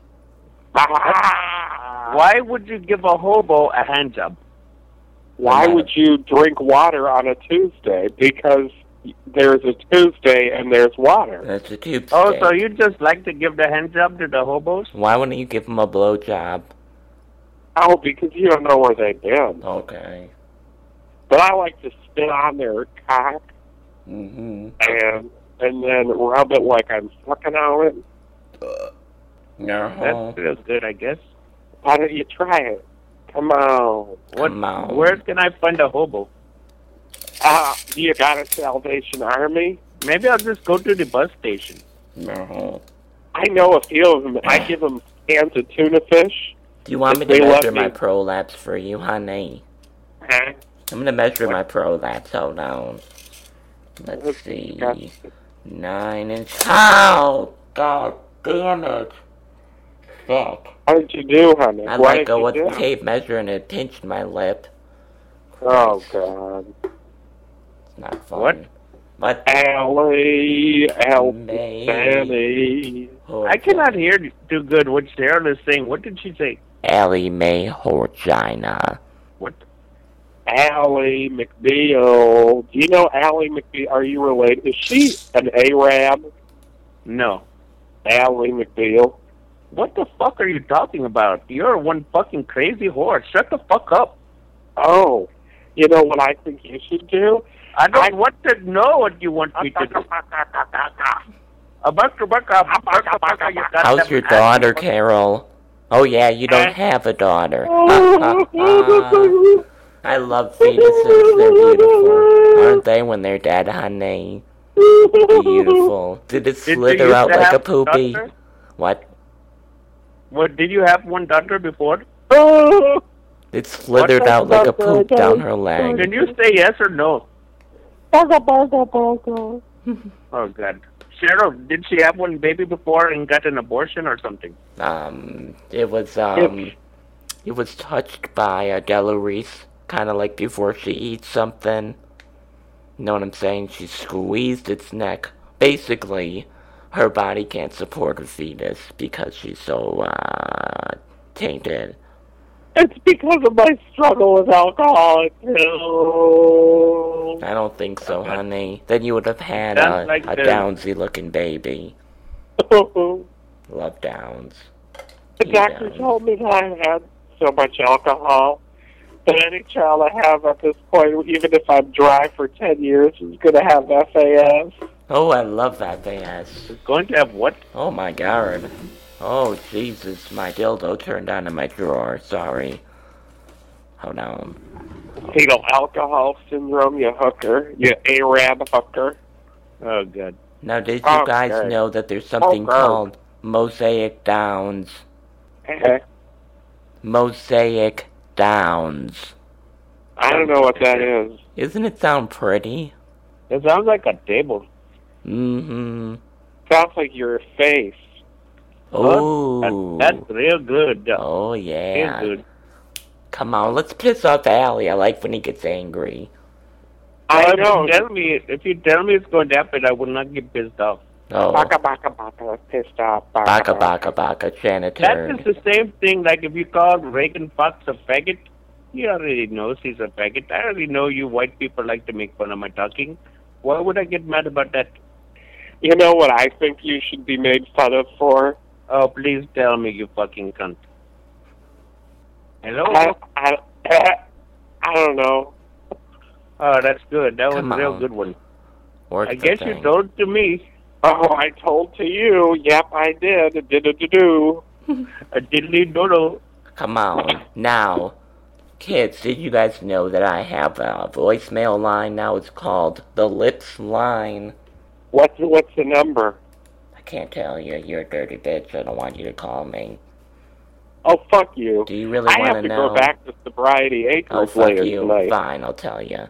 [SPEAKER 4] Why would you give a hobo a hand job?
[SPEAKER 3] Why
[SPEAKER 1] matter?
[SPEAKER 3] would you drink water on a Tuesday? Because there's a Tuesday and there's water.
[SPEAKER 1] That's a tube
[SPEAKER 4] Oh,
[SPEAKER 1] stick.
[SPEAKER 4] so you just like to give the hand job to the hobos?
[SPEAKER 1] Why wouldn't you give him a blowjob?
[SPEAKER 3] Oh, because you don't know where they've been.
[SPEAKER 1] Okay.
[SPEAKER 3] But I like to spit on their cock
[SPEAKER 1] Mm-hmm.
[SPEAKER 3] and and then rub it like I'm fucking on it.
[SPEAKER 1] No. Uh,
[SPEAKER 4] That feels good, I guess.
[SPEAKER 3] Why don't you try it? Come on.
[SPEAKER 4] What?
[SPEAKER 1] Come on.
[SPEAKER 4] Where can I find a hobo?
[SPEAKER 3] Uh, you got a Salvation Army?
[SPEAKER 4] Maybe I'll just go to the bus station.
[SPEAKER 1] No.
[SPEAKER 3] I know a few of them. I give them cans of tuna fish.
[SPEAKER 1] Do you want me
[SPEAKER 3] They
[SPEAKER 1] to
[SPEAKER 3] love
[SPEAKER 1] measure
[SPEAKER 3] me.
[SPEAKER 1] my prolapse for you, honey?
[SPEAKER 3] Huh?
[SPEAKER 1] I'm gonna measure my prolapse. Hold on. Let's see.
[SPEAKER 3] disgusting.
[SPEAKER 1] Nine inch. Ow! God damn it. Fuck.
[SPEAKER 3] How did you do, honey?
[SPEAKER 1] I
[SPEAKER 3] Why
[SPEAKER 1] let
[SPEAKER 3] did
[SPEAKER 1] go with
[SPEAKER 3] you
[SPEAKER 1] the
[SPEAKER 3] do?
[SPEAKER 1] tape measure and it pinched my lip.
[SPEAKER 3] Oh God,
[SPEAKER 1] It's not
[SPEAKER 4] What?
[SPEAKER 1] fun. What?
[SPEAKER 3] Allie,
[SPEAKER 1] May.
[SPEAKER 3] Allie, Danny.
[SPEAKER 4] I cannot hear too good what Cheryl is saying. What did she say?
[SPEAKER 1] Allie Mae Horgina.
[SPEAKER 4] What?
[SPEAKER 3] Allie McBeal. Do you know Allie McBeal? Are you related? Is she an Arab?
[SPEAKER 4] No.
[SPEAKER 3] Allie McBeal.
[SPEAKER 4] What the fuck are you talking about? You're one fucking crazy whore. Shut the fuck up.
[SPEAKER 3] Oh, you know what I think you should do?
[SPEAKER 4] I don't
[SPEAKER 3] I-
[SPEAKER 4] want to know what you want me
[SPEAKER 3] <laughs>
[SPEAKER 4] to <laughs> do. Abaka, baka, abaka, baka, you goddamn
[SPEAKER 1] How's
[SPEAKER 4] <laughs>
[SPEAKER 1] your daughter, Carol? Oh yeah, you don't have a
[SPEAKER 4] <laughs>
[SPEAKER 1] daughter. <laughs> Ah, ah, ah. I love fetuses. They're beautiful, aren't they? When they're dead, honey, beautiful. Did it
[SPEAKER 4] Did you
[SPEAKER 1] slither
[SPEAKER 4] used
[SPEAKER 1] out
[SPEAKER 4] to
[SPEAKER 1] like a
[SPEAKER 4] have
[SPEAKER 1] poopy?
[SPEAKER 4] daughter?
[SPEAKER 1] What?
[SPEAKER 4] What, did you have one daughter before?
[SPEAKER 1] It slithered out like a poop down her leg.
[SPEAKER 4] Can you say yes or no? Oh God, Cheryl, did she have one baby before and got an abortion or something?
[SPEAKER 1] Um, it was um, it was touched by a Delarice, kind of like before she eats something. Know what I'm saying? She squeezed its neck. Basically, her body can't support a fetus because she's so uh tainted.
[SPEAKER 3] It's because of my struggle with alcohol. <laughs> too.
[SPEAKER 1] I don't think so, honey. Then you would have had a,
[SPEAKER 4] Sounds like
[SPEAKER 1] a
[SPEAKER 4] the-
[SPEAKER 1] Downsy looking baby. Love Downs.
[SPEAKER 3] The
[SPEAKER 1] Yeah.
[SPEAKER 3] doctor told me that I had so much alcohol that any child I have at this point, even if I'm dry for 10 years, is going to have FAS.
[SPEAKER 1] Oh, I love that ass.
[SPEAKER 4] Going to have what?
[SPEAKER 1] Oh my god. Oh Jesus, my dildo turned on in my drawer. Sorry. Hold on.
[SPEAKER 3] Fetal alcohol syndrome, you hooker. You Arab hooker.
[SPEAKER 4] Oh, God.
[SPEAKER 1] Now, did you
[SPEAKER 3] Okay.
[SPEAKER 1] guys know that there's something
[SPEAKER 3] Okay.
[SPEAKER 1] called mosaic downs?
[SPEAKER 3] Eh,
[SPEAKER 1] Mosaic downs.
[SPEAKER 3] I don't know what that is.
[SPEAKER 1] Isn't it sound pretty?
[SPEAKER 4] It sounds like a table.
[SPEAKER 1] Mm-hmm.
[SPEAKER 3] Sounds like your face.
[SPEAKER 1] Oh.
[SPEAKER 4] That, uh, that's real good. Yeah.
[SPEAKER 1] Oh,
[SPEAKER 4] Real
[SPEAKER 1] yeah.
[SPEAKER 4] good.
[SPEAKER 1] Come on, let's piss off Allie. I like when he gets angry.
[SPEAKER 3] I
[SPEAKER 4] If you
[SPEAKER 3] know.
[SPEAKER 4] Tell me, if you tell me it's going to happen, I will not get pissed off.
[SPEAKER 1] Oh.
[SPEAKER 3] Baka baka baka. Pissed off.
[SPEAKER 1] Baka baka baka
[SPEAKER 4] That
[SPEAKER 1] janitor.
[SPEAKER 4] is the same thing like if you call Reagan Fox a faggot, he already knows he's a faggot. I already know you white people like to make fun of my talking. Why would I get mad about that?
[SPEAKER 3] You know what I think you should be made fun of for?
[SPEAKER 4] Oh, please tell me, you fucking cunt. Hello?
[SPEAKER 3] I, I, <laughs> I don't know.
[SPEAKER 4] Oh, that's good. That was
[SPEAKER 1] Come
[SPEAKER 4] a real
[SPEAKER 1] on.
[SPEAKER 4] good one.
[SPEAKER 1] Works
[SPEAKER 4] I
[SPEAKER 1] the
[SPEAKER 4] guess you
[SPEAKER 1] thing.
[SPEAKER 4] told to me.
[SPEAKER 3] Oh, I told to you. Yep, I did. Did do do.
[SPEAKER 4] A diddly doodle.
[SPEAKER 1] Come on. Now, kids, did you guys know that I have a voicemail line now? It's called the Lips Line.
[SPEAKER 3] What's what's the number?
[SPEAKER 1] I can't tell you. You're a dirty bitch. I don't want you to call me.
[SPEAKER 3] Oh, fuck you.
[SPEAKER 1] Do you really
[SPEAKER 3] I
[SPEAKER 1] want
[SPEAKER 3] have
[SPEAKER 1] to
[SPEAKER 3] to
[SPEAKER 1] know?
[SPEAKER 3] go back to sobriety
[SPEAKER 1] oh,
[SPEAKER 3] acres
[SPEAKER 1] fuck
[SPEAKER 3] later
[SPEAKER 1] you.
[SPEAKER 3] tonight.
[SPEAKER 1] Fine, I'll tell you.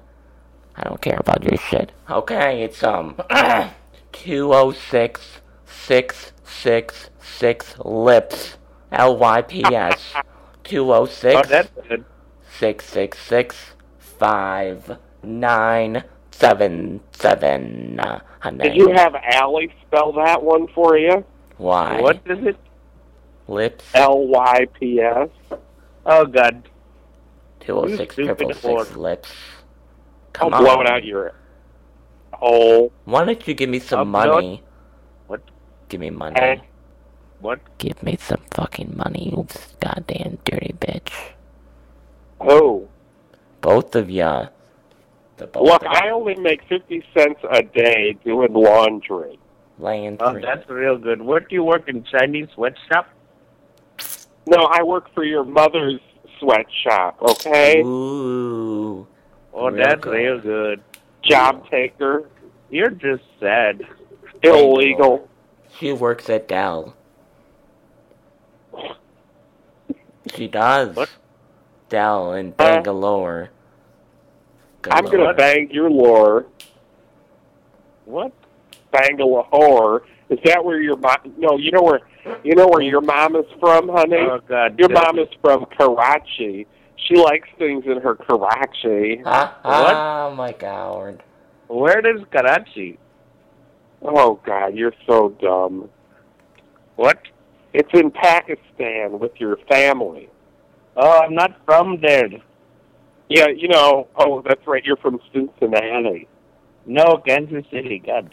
[SPEAKER 1] I don't care about your shit. Okay, it's, um, <clears throat> 206 lips. L Y P S.
[SPEAKER 4] Oh,
[SPEAKER 1] 206
[SPEAKER 4] that's good.
[SPEAKER 1] six six six five nine seven seven nine.
[SPEAKER 3] Did you have Allie spell that one for you?
[SPEAKER 1] Why?
[SPEAKER 4] What is it?
[SPEAKER 1] Lips
[SPEAKER 3] L Y P S.
[SPEAKER 4] Oh, God.
[SPEAKER 1] two oh six
[SPEAKER 4] you stupid
[SPEAKER 1] triple six
[SPEAKER 4] whore.
[SPEAKER 1] lips.
[SPEAKER 3] I'll
[SPEAKER 1] Come on.
[SPEAKER 3] blow it out your Oh, hole.
[SPEAKER 1] Why don't you give me some
[SPEAKER 4] Up north.
[SPEAKER 1] money?
[SPEAKER 4] What?
[SPEAKER 1] Give me money.
[SPEAKER 3] Eh.
[SPEAKER 4] What?
[SPEAKER 1] Give me some fucking money, you goddamn dirty bitch.
[SPEAKER 3] Oh.
[SPEAKER 1] Both of ya. The both
[SPEAKER 3] Look,
[SPEAKER 1] of
[SPEAKER 3] I only make 50 cents a day doing laundry.
[SPEAKER 1] laying
[SPEAKER 4] Oh,
[SPEAKER 1] three.
[SPEAKER 4] that's real good. Where do you work in Chinese sweatshop?
[SPEAKER 3] No, I work for your mother's sweatshop, okay?
[SPEAKER 1] Ooh.
[SPEAKER 4] Oh,
[SPEAKER 1] Real
[SPEAKER 4] that's
[SPEAKER 1] good.
[SPEAKER 4] real good.
[SPEAKER 3] Job taker,
[SPEAKER 4] You're just sad.
[SPEAKER 3] illegal.
[SPEAKER 1] She works at Dell. She does.
[SPEAKER 4] What?
[SPEAKER 1] Dell in Bangalore.
[SPEAKER 3] I'm going to
[SPEAKER 1] Galore.
[SPEAKER 3] bang your lore,
[SPEAKER 4] What?
[SPEAKER 3] Bangalore. Is that where your mom? No, you know where you know where your mom is from, honey.
[SPEAKER 1] Uh,
[SPEAKER 4] Oh, God.
[SPEAKER 3] Your
[SPEAKER 4] that's-
[SPEAKER 3] mom is from Karachi. She likes things in her Karachi.
[SPEAKER 1] Ah,
[SPEAKER 4] What?
[SPEAKER 1] ah, my God.
[SPEAKER 4] Where is Karachi?
[SPEAKER 3] Oh God, you're so dumb.
[SPEAKER 4] What?
[SPEAKER 3] It's in Pakistan with your family.
[SPEAKER 4] Oh, I'm not from there.
[SPEAKER 3] Yeah, you know. Oh, that's right. You're from Cincinnati.
[SPEAKER 4] No, Kansas City. God.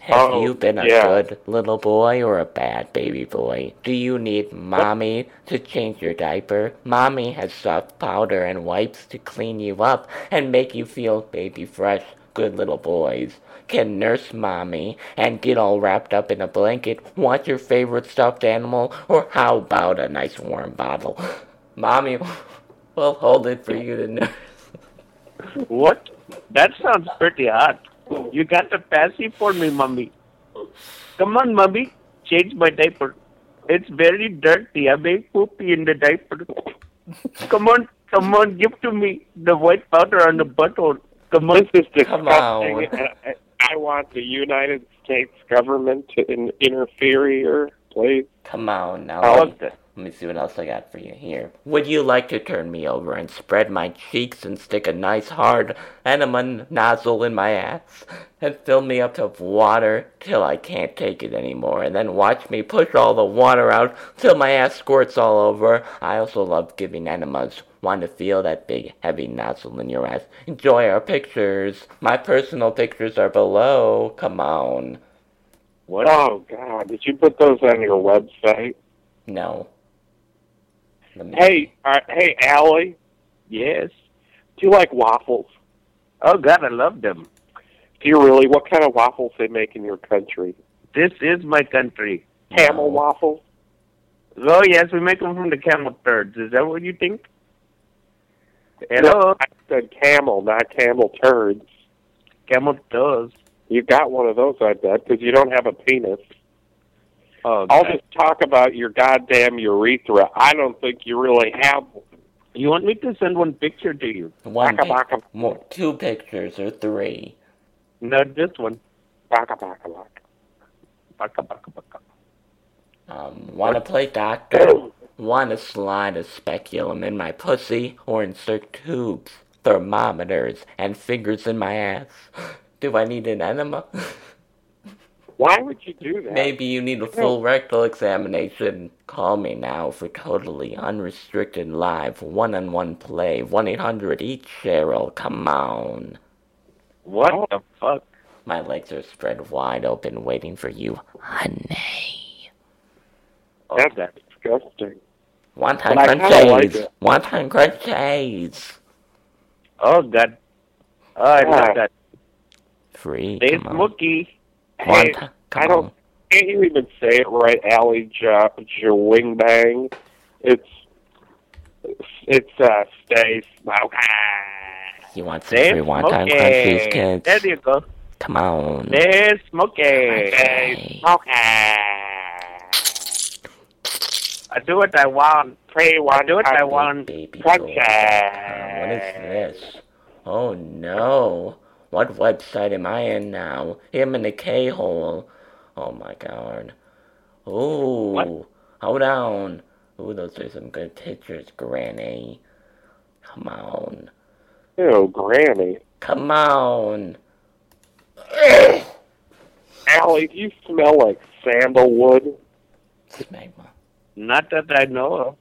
[SPEAKER 1] Have
[SPEAKER 3] Oh,
[SPEAKER 1] you been a
[SPEAKER 3] yeah.
[SPEAKER 1] good little boy or a bad baby boy? Do you need mommy to change your diaper? Mommy has soft powder and wipes to clean you up and make you feel baby fresh. Good little boys can nurse mommy and get all wrapped up in a blanket. Want your favorite stuffed animal? Or how about a nice warm bottle? <laughs> Mommy will hold it for you to nurse.
[SPEAKER 4] What? That sounds pretty hot. You got a passy for me, mummy. Come on, mummy. Change my diaper. It's very dirty. I made poopy in the diaper. Come on, come on. Give to me the white powder on the butthole. Come
[SPEAKER 3] This
[SPEAKER 4] on.
[SPEAKER 3] is disgusting.
[SPEAKER 1] Come on.
[SPEAKER 3] and I- I want the United States government to in- interfere here, please.
[SPEAKER 1] Come on now.
[SPEAKER 4] Oh,
[SPEAKER 1] let me- Let me see what else I got for you here. Would you like to turn me over and spread my cheeks and stick a nice hard enema nozzle in my ass and fill me up with water till I can't take it anymore and then watch me push all the water out till my ass squirts all over? I also love giving enemas. Want to feel that big, heavy nozzle in your ass? Enjoy our pictures. My personal pictures are below. Come on.
[SPEAKER 4] What?
[SPEAKER 3] Oh God, did you put those on your website?
[SPEAKER 1] No. Let me-
[SPEAKER 3] Hey, uh, hey, Allie,
[SPEAKER 4] Yes.
[SPEAKER 3] do you like waffles?
[SPEAKER 4] Oh, God, I love them.
[SPEAKER 3] Do you really? What kind of waffles they make in your country?
[SPEAKER 4] This is my country.
[SPEAKER 3] Camel
[SPEAKER 1] No.
[SPEAKER 3] waffles?
[SPEAKER 4] Oh, yes, we make them from the camel turds. Is that what you think?
[SPEAKER 3] And
[SPEAKER 4] Hello?
[SPEAKER 3] I said camel, not camel turds.
[SPEAKER 4] Camel toes.
[SPEAKER 3] You got one of those, I bet, because you don't have a penis.
[SPEAKER 4] Oh,
[SPEAKER 3] I'll
[SPEAKER 4] God.
[SPEAKER 3] just talk about your goddamn urethra. I don't think you really have one.
[SPEAKER 4] You want me to send one picture to you?
[SPEAKER 1] One,
[SPEAKER 3] Baka,
[SPEAKER 1] pic-
[SPEAKER 3] baka,
[SPEAKER 1] more, two pictures or three.
[SPEAKER 4] Not just one.
[SPEAKER 3] baka, baka, baka.
[SPEAKER 4] Baka, baka, baka.
[SPEAKER 1] Um, wanna play doctor? Wanna slide a speculum in my pussy or insert tubes, thermometers, and fingers in my ass? <laughs> Do I need an enema? <laughs>
[SPEAKER 3] Why would you do that?
[SPEAKER 1] Maybe you need a full rectal examination. Call me now for totally unrestricted live one on one play. 1 800 Eat Cheryl. Come on.
[SPEAKER 4] What
[SPEAKER 3] Oh.
[SPEAKER 4] the fuck?
[SPEAKER 1] My legs are spread wide open, waiting for you, honey.
[SPEAKER 4] Oh,
[SPEAKER 3] That's
[SPEAKER 4] that.
[SPEAKER 3] disgusting.
[SPEAKER 1] Wonton
[SPEAKER 3] But I kinda like
[SPEAKER 1] crunchies.
[SPEAKER 3] it.
[SPEAKER 1] Wonton crunchies.
[SPEAKER 4] Oh, God. Oh, I
[SPEAKER 3] Ah.
[SPEAKER 4] love that.
[SPEAKER 1] Free.
[SPEAKER 4] They
[SPEAKER 1] come on.
[SPEAKER 4] smoky.
[SPEAKER 3] Hey,
[SPEAKER 1] Wonton-
[SPEAKER 3] I
[SPEAKER 1] come on.
[SPEAKER 3] don't- can't you even say it right, Allie Ja Wing Bang? It's it's uh stay smoke.
[SPEAKER 1] He wants
[SPEAKER 4] They
[SPEAKER 1] every wonton crunchies,
[SPEAKER 4] smoky.
[SPEAKER 1] kids.
[SPEAKER 4] There you go.
[SPEAKER 1] Come on.
[SPEAKER 4] They smoky.
[SPEAKER 1] Crunchies.
[SPEAKER 4] I do what I want.
[SPEAKER 3] Pray
[SPEAKER 4] I
[SPEAKER 3] one
[SPEAKER 4] do what I
[SPEAKER 3] time.
[SPEAKER 4] want.
[SPEAKER 1] Baby
[SPEAKER 3] Crunchies.
[SPEAKER 1] doll. What is this? Oh no. What website am I in now? Him in the K hole. Oh my god. Ooh.
[SPEAKER 4] What?
[SPEAKER 1] Hold on. Ooh, those are some good pictures, Granny. Come on.
[SPEAKER 3] Ew, Granny.
[SPEAKER 1] Come on.
[SPEAKER 3] Allie, do you smell like sandalwood?
[SPEAKER 1] Smegma.
[SPEAKER 4] Not that I know of.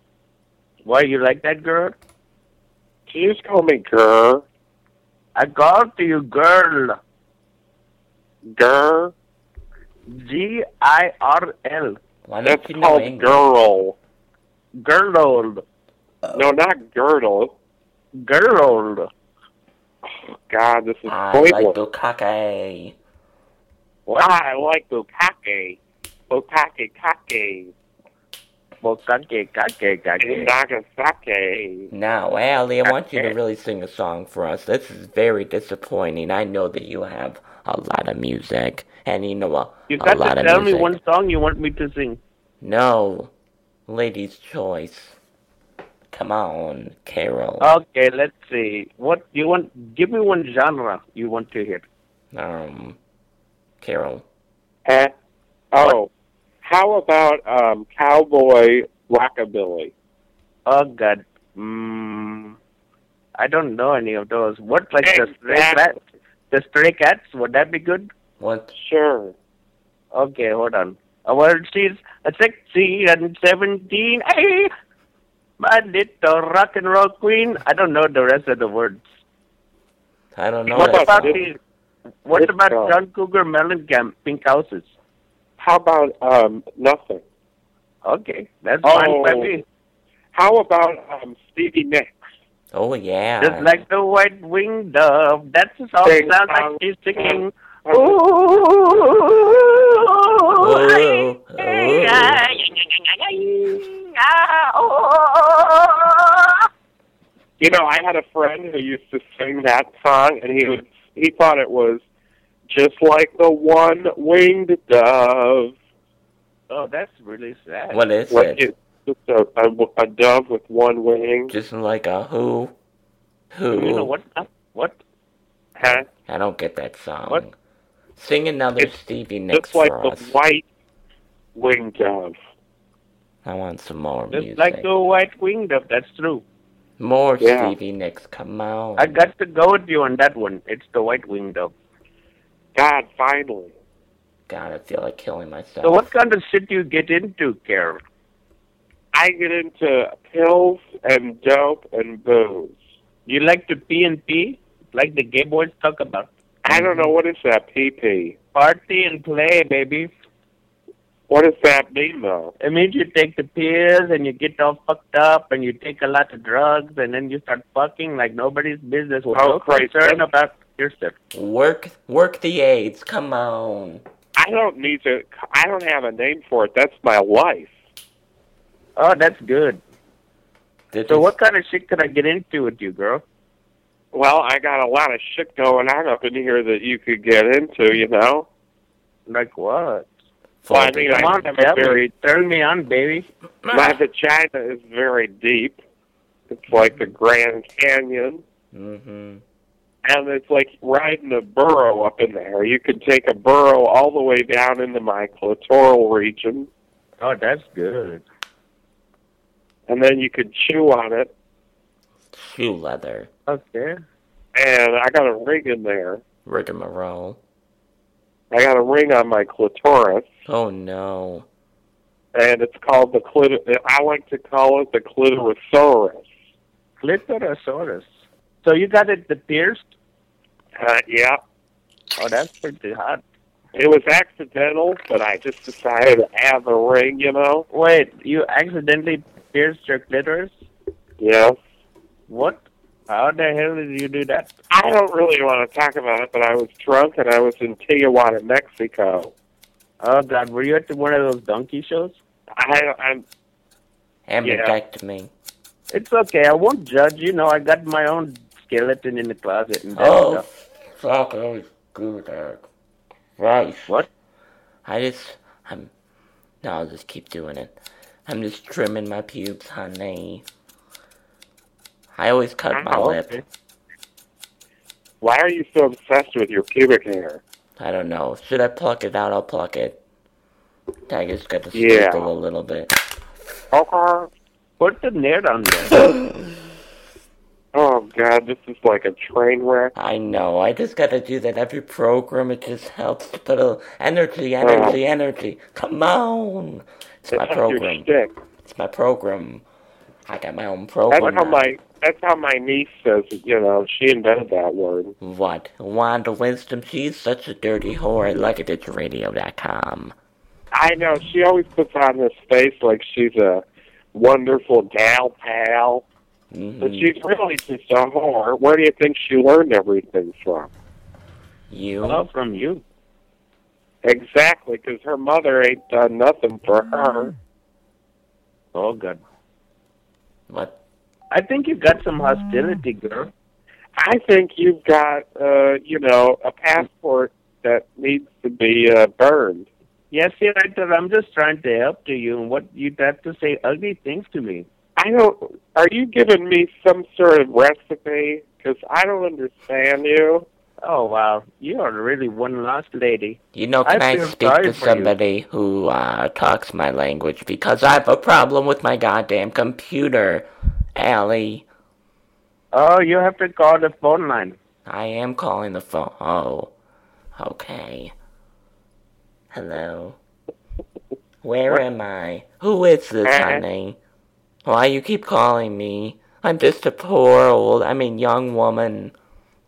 [SPEAKER 4] Why, you like that girl?
[SPEAKER 3] Can you just call me Gur?
[SPEAKER 4] I called to you, girl.
[SPEAKER 3] Gur?
[SPEAKER 4] G I R L.
[SPEAKER 1] Why
[SPEAKER 3] That's
[SPEAKER 1] don't you know
[SPEAKER 3] called
[SPEAKER 1] English?
[SPEAKER 3] girl.
[SPEAKER 4] Girdled.
[SPEAKER 1] Oh.
[SPEAKER 3] No, not girdle.
[SPEAKER 4] Girdled.
[SPEAKER 3] God, this is
[SPEAKER 1] I
[SPEAKER 3] pointless. Ah,
[SPEAKER 1] like Bukake.
[SPEAKER 3] I like bukkake. Bukkake kake.
[SPEAKER 4] Bokake, kake,
[SPEAKER 3] In
[SPEAKER 4] kake.
[SPEAKER 3] Nagasaki.
[SPEAKER 1] Now, Allie, I want you to really sing a song for us. This is very disappointing. I know that you have a lot of music, and you know a,
[SPEAKER 4] You
[SPEAKER 1] a
[SPEAKER 4] got
[SPEAKER 1] lot
[SPEAKER 4] to
[SPEAKER 1] of
[SPEAKER 4] tell me
[SPEAKER 1] music.
[SPEAKER 4] one song you want me to sing.
[SPEAKER 1] No, Lady's Choice. Come on, Carol.
[SPEAKER 4] Okay, let's see. What you want? Give me one genre you want to hear.
[SPEAKER 1] Um, Carol.
[SPEAKER 3] Eh? Oh, how about um, cowboy rockabilly?
[SPEAKER 4] Oh God, mm, I don't know any of those. What like the stray cats?
[SPEAKER 3] Exactly.
[SPEAKER 4] The stray cats? Would that be good?
[SPEAKER 1] What?
[SPEAKER 3] Sure.
[SPEAKER 4] Okay, hold on. Uh, Well, she's a sexy and seventeen. Hey, my little rock and roll queen. I don't know the rest of the words.
[SPEAKER 1] I don't know
[SPEAKER 3] What
[SPEAKER 1] that
[SPEAKER 4] about
[SPEAKER 3] about
[SPEAKER 1] song.
[SPEAKER 4] the, what
[SPEAKER 3] this
[SPEAKER 4] about
[SPEAKER 3] song?
[SPEAKER 4] John Cougar Mellencamp, Pink Houses?
[SPEAKER 3] How about um, nothing?
[SPEAKER 4] Okay, that's
[SPEAKER 3] Oh.
[SPEAKER 4] fine by me.
[SPEAKER 3] How about um, Stevie Nicks?
[SPEAKER 1] Oh, yeah.
[SPEAKER 4] Just like the white winged dove, that's the song
[SPEAKER 3] Sing
[SPEAKER 4] sounds like
[SPEAKER 3] song.
[SPEAKER 4] she's singing.
[SPEAKER 3] Ooh.
[SPEAKER 4] Oh.
[SPEAKER 1] Ooh, ooh.
[SPEAKER 4] oh.
[SPEAKER 3] You know, I had a friend who used to sing that song, and he would he thought it was just like the one winged dove.
[SPEAKER 4] Oh, that's really sad.
[SPEAKER 1] What is
[SPEAKER 3] Like
[SPEAKER 1] it?
[SPEAKER 3] it's just a, a, a dove with one wing.
[SPEAKER 1] Just like a who? Who?
[SPEAKER 4] You know what? uh, What?
[SPEAKER 3] Huh?
[SPEAKER 1] I don't get that song.
[SPEAKER 4] What?
[SPEAKER 1] Sing another
[SPEAKER 3] It's
[SPEAKER 1] Stevie Nicks
[SPEAKER 3] Just like
[SPEAKER 1] for
[SPEAKER 3] the
[SPEAKER 1] us.
[SPEAKER 3] white winged dove.
[SPEAKER 1] I want some more
[SPEAKER 4] Just
[SPEAKER 1] music.
[SPEAKER 4] like the white winged dove. That's true.
[SPEAKER 1] More
[SPEAKER 3] Yeah.
[SPEAKER 1] Stevie Nicks, come on.
[SPEAKER 4] I got to go with you on that one. It's the white winged dove.
[SPEAKER 3] God, finally.
[SPEAKER 1] God, I feel like killing myself.
[SPEAKER 4] So, what kind of shit you get into, Carol?
[SPEAKER 3] I get into pills and dope and booze.
[SPEAKER 4] You like to pee and pee, like the gay boys talk about.
[SPEAKER 3] I don't know what is that PP.
[SPEAKER 4] Party and play, baby.
[SPEAKER 3] What does that mean though?
[SPEAKER 4] It means you take the pills and you get all fucked up and you take a lot of drugs and then you start fucking like nobody's business with
[SPEAKER 3] Oh,
[SPEAKER 4] no
[SPEAKER 3] Christ.
[SPEAKER 4] concern about yourself.
[SPEAKER 1] Work work the AIDS, come on.
[SPEAKER 3] I don't need to. I don't have a name for it. That's my life.
[SPEAKER 4] Oh, that's good.
[SPEAKER 1] This
[SPEAKER 4] So
[SPEAKER 1] is-
[SPEAKER 4] what kind of shit could I get into with you, girl?
[SPEAKER 3] Well, I got a lot of shit going on up in here that you could get into, you know.
[SPEAKER 4] Like what?
[SPEAKER 3] Well, I
[SPEAKER 1] Folder.
[SPEAKER 3] mean, I
[SPEAKER 4] Come on,
[SPEAKER 3] have
[SPEAKER 4] tell
[SPEAKER 3] a
[SPEAKER 4] me.
[SPEAKER 3] very
[SPEAKER 4] Turn me on, baby.
[SPEAKER 1] Ah!
[SPEAKER 3] my vagina is very deep. It's like the Grand Canyon,
[SPEAKER 1] Mhm.
[SPEAKER 3] and it's like riding a burro up in there. You could take a burro all the way down into my clitoral region,
[SPEAKER 4] Oh, that's good.
[SPEAKER 3] and then you could chew on it.
[SPEAKER 1] Shoe leather.
[SPEAKER 4] Okay.
[SPEAKER 3] And I got a ring in there.
[SPEAKER 1] Rigmarole.
[SPEAKER 3] I got a ring on my clitoris.
[SPEAKER 1] Oh no.
[SPEAKER 3] and it's called the clit. I like to call it the clitorosaurus.
[SPEAKER 4] Clitorosaurus. So you got it the pierced?
[SPEAKER 3] Uh, yeah,
[SPEAKER 4] Oh, that's pretty hot.
[SPEAKER 3] it was accidental, but I just decided to add the ring. You know?
[SPEAKER 4] Wait, you accidentally pierced your clitoris?
[SPEAKER 3] Yeah.
[SPEAKER 4] What? How the hell did you do that?
[SPEAKER 3] I don't really want to talk about it, but I was drunk and I was in Tijuana, Mexico.
[SPEAKER 4] Oh God, were you at one of those donkey shows?
[SPEAKER 3] I, I'm
[SPEAKER 1] Ambidectomy.
[SPEAKER 4] It's okay, I won't judge. You know, I got my own skeleton in the closet. And that
[SPEAKER 1] Oh,
[SPEAKER 4] stuff.
[SPEAKER 1] fuck, that was good, Eric. Christ.
[SPEAKER 4] What?
[SPEAKER 1] I just, I'm, no, I'll just keep doing it. I'm just trimming my pubes, honey. I always cut my
[SPEAKER 3] Oh,
[SPEAKER 1] lip.
[SPEAKER 4] okay.
[SPEAKER 3] why are you so obsessed with your pubic hair?
[SPEAKER 1] I don't know. Should I pluck it out? I'll pluck it. I just got to
[SPEAKER 3] Yeah.
[SPEAKER 1] staple a little bit.
[SPEAKER 3] Okay.
[SPEAKER 4] Put the nail on there.
[SPEAKER 3] Oh God, this is like a train wreck.
[SPEAKER 1] I know. I just got to do that every program. It just helps to put a energy, energy, energy. Come on. It's my
[SPEAKER 3] That's your
[SPEAKER 1] program.
[SPEAKER 3] shtick.
[SPEAKER 1] It's my program. I got my own
[SPEAKER 3] That's
[SPEAKER 1] program.
[SPEAKER 3] how
[SPEAKER 1] now.
[SPEAKER 3] my that's how my niece says. it, You know, she invented that word.
[SPEAKER 1] What? Wanda Wisdom, she's such a dirty whore. I like it. It's radio.com.
[SPEAKER 3] I know she always puts on this face like she's a wonderful gal pal, but
[SPEAKER 1] Mhm.
[SPEAKER 3] she's really just a whore. Where do you think she learned everything from?
[SPEAKER 1] You?
[SPEAKER 4] Oh, from you.
[SPEAKER 3] Exactly, because her mother ain't done nothing for her.
[SPEAKER 4] Oh God.
[SPEAKER 1] What?
[SPEAKER 4] I think you got some hostility, girl.
[SPEAKER 3] I think you've got, uh, you know, a passport that needs to be uh, burned.
[SPEAKER 4] Yes, yeah, I thought I'm just trying to help to you, and what you have to say ugly things to me.
[SPEAKER 3] I don't. Are you giving me some sort of recipe? Because I don't understand you.
[SPEAKER 4] Oh wow, you are really one lost lady.
[SPEAKER 1] You know,
[SPEAKER 4] I
[SPEAKER 1] can I,
[SPEAKER 4] feel
[SPEAKER 1] speak
[SPEAKER 4] sorry
[SPEAKER 1] to
[SPEAKER 4] for you.
[SPEAKER 1] somebody who uh, talks my language because I have a problem with my goddamn computer, Allie.
[SPEAKER 4] Oh, you have to call the phone line.
[SPEAKER 1] I am calling the phone. Oh, okay. Hello. Where am I? Who is this,
[SPEAKER 3] Uh-uh.
[SPEAKER 4] Uh-huh.
[SPEAKER 1] honey? Why you keep calling me? I'm just a poor old, I mean, young woman.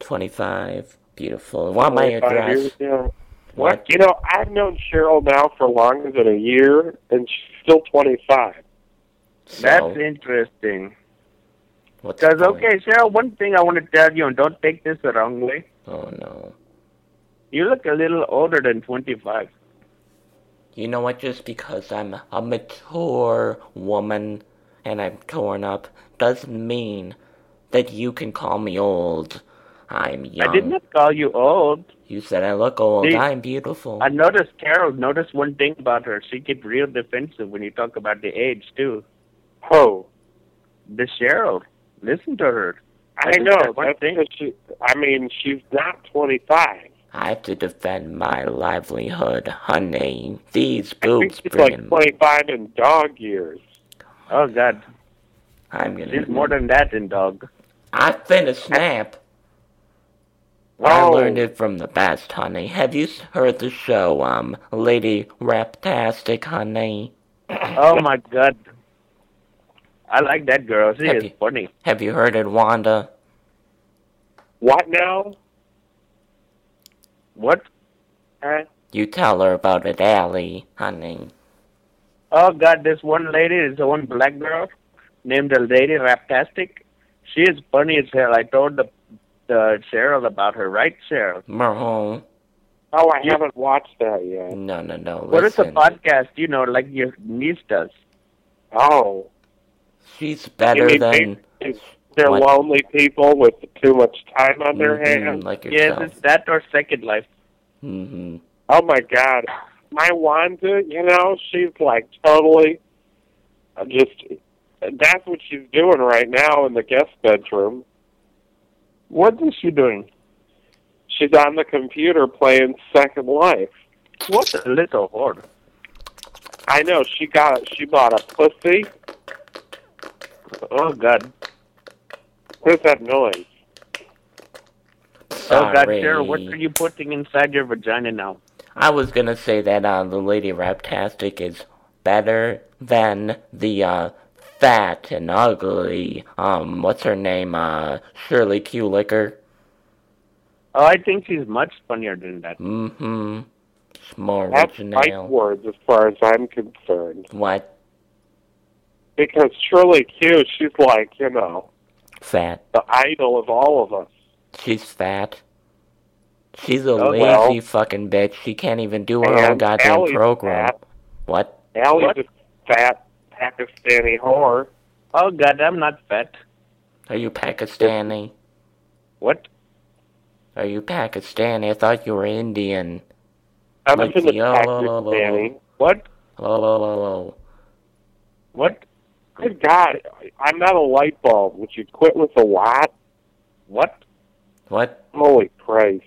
[SPEAKER 1] 25. Beautiful. Want my
[SPEAKER 3] If I
[SPEAKER 1] address?
[SPEAKER 3] do, you know.
[SPEAKER 1] What?
[SPEAKER 3] You know, I've known Cheryl now for longer than a year, and she's still 25.
[SPEAKER 4] That's
[SPEAKER 1] So,
[SPEAKER 4] interesting.
[SPEAKER 1] what's
[SPEAKER 4] Because,
[SPEAKER 1] the point?
[SPEAKER 4] okay, Cheryl, one thing I want to tell you, and don't take this the wrong way.
[SPEAKER 1] Oh, no.
[SPEAKER 4] You look a little older than 25.
[SPEAKER 1] You know what? Just because I'm a mature woman and I'm torn up doesn't mean that you can call me old. I'm young.
[SPEAKER 4] I did not call you old.
[SPEAKER 1] You said I look old.
[SPEAKER 4] See,
[SPEAKER 1] I'm beautiful.
[SPEAKER 4] I noticed, Carol, noticed one thing about her. She get real defensive when you talk about the age, too.
[SPEAKER 3] Oh,
[SPEAKER 4] The Cheryl, listen to her.
[SPEAKER 3] I,
[SPEAKER 4] I think
[SPEAKER 3] know.
[SPEAKER 4] that's one
[SPEAKER 3] That's
[SPEAKER 4] thing.
[SPEAKER 3] what she, I mean, she's not 25.
[SPEAKER 1] I have to defend my livelihood, honey. These
[SPEAKER 3] I think
[SPEAKER 1] boobs
[SPEAKER 3] she's
[SPEAKER 1] bring
[SPEAKER 3] like
[SPEAKER 1] in.
[SPEAKER 3] 25 in dog years.
[SPEAKER 4] Oh, God.
[SPEAKER 1] I'm
[SPEAKER 4] She's
[SPEAKER 1] gonna.
[SPEAKER 4] more than that in dog.
[SPEAKER 1] I finna snap. I
[SPEAKER 3] Oh.
[SPEAKER 1] learned it from the best, honey. Have you s- heard the show, um, Lady Raptastic, honey?
[SPEAKER 4] Oh, my God. I like that girl. She is
[SPEAKER 1] Happy.
[SPEAKER 4] funny.
[SPEAKER 1] Have you heard it, Wanda?
[SPEAKER 3] What now?
[SPEAKER 4] What?
[SPEAKER 3] Huh?
[SPEAKER 1] You tell her about it, Allie, honey.
[SPEAKER 4] Oh God, this one lady is the one black girl named the Lady Raptastic. She is funny as hell. I told the the Cheryl about her, right, Cheryl?
[SPEAKER 1] Merle.
[SPEAKER 3] Oh, I haven't watched that yet.
[SPEAKER 1] No, no, no.
[SPEAKER 4] What is a
[SPEAKER 1] listen.
[SPEAKER 4] podcast, you know, like your niece does.
[SPEAKER 3] Oh,
[SPEAKER 1] She's better
[SPEAKER 3] mean
[SPEAKER 1] than
[SPEAKER 3] It's- They're
[SPEAKER 1] What?
[SPEAKER 3] lonely people with too much time on their
[SPEAKER 1] Mhm,
[SPEAKER 3] hands.
[SPEAKER 1] like
[SPEAKER 4] Yes,
[SPEAKER 1] yourself.
[SPEAKER 4] it's that or Second Life.
[SPEAKER 1] hmm
[SPEAKER 3] Oh my God, my Wanda, you know, she's like totally uh, just. That's what she's doing right now in the guest bedroom.
[SPEAKER 4] What is she doing?
[SPEAKER 3] She's on the computer playing Second Life.
[SPEAKER 4] What a little whore.
[SPEAKER 3] I know she got she bought a pussy.
[SPEAKER 4] Oh, God.
[SPEAKER 3] What is that noise?
[SPEAKER 4] Oh, God,
[SPEAKER 1] Sorry.
[SPEAKER 4] Cheryl, what are you putting inside your vagina now?
[SPEAKER 1] I was gonna say that uh, the Lady Raptastic is better than the uh, fat and ugly. Um, what's her name? Uh, Shirley Q. Liquor.
[SPEAKER 4] Oh, I think she's much funnier than that.
[SPEAKER 1] Mm-hmm. It's more
[SPEAKER 3] That's fight
[SPEAKER 1] original.
[SPEAKER 3] words as far as I'm concerned.
[SPEAKER 1] What?
[SPEAKER 3] Because Shirley Q, she's like you know
[SPEAKER 1] Fat.
[SPEAKER 3] the idol of all of us.
[SPEAKER 1] She's fat. She's a
[SPEAKER 3] Oh,
[SPEAKER 1] lazy
[SPEAKER 3] well.
[SPEAKER 1] fucking bitch. She can't even do her own
[SPEAKER 3] And
[SPEAKER 1] goddamn
[SPEAKER 3] Allie's
[SPEAKER 1] program.
[SPEAKER 3] fat.
[SPEAKER 1] What?
[SPEAKER 3] Allie's
[SPEAKER 4] What?
[SPEAKER 3] a fat Pakistani whore.
[SPEAKER 4] Oh, God, I'm not fat.
[SPEAKER 1] Are you Pakistani?
[SPEAKER 4] What?
[SPEAKER 1] Are you Pakistani? I thought you were Indian.
[SPEAKER 3] I'm
[SPEAKER 1] Like
[SPEAKER 3] in the
[SPEAKER 1] the, uh,
[SPEAKER 3] Pakistani.
[SPEAKER 4] What?
[SPEAKER 1] Lo, lo, lo, lo.
[SPEAKER 4] What? Oh,
[SPEAKER 3] Good God, I'm not a light bulb. Would you quit with the lot?
[SPEAKER 4] What?
[SPEAKER 1] What?
[SPEAKER 3] Holy Christ.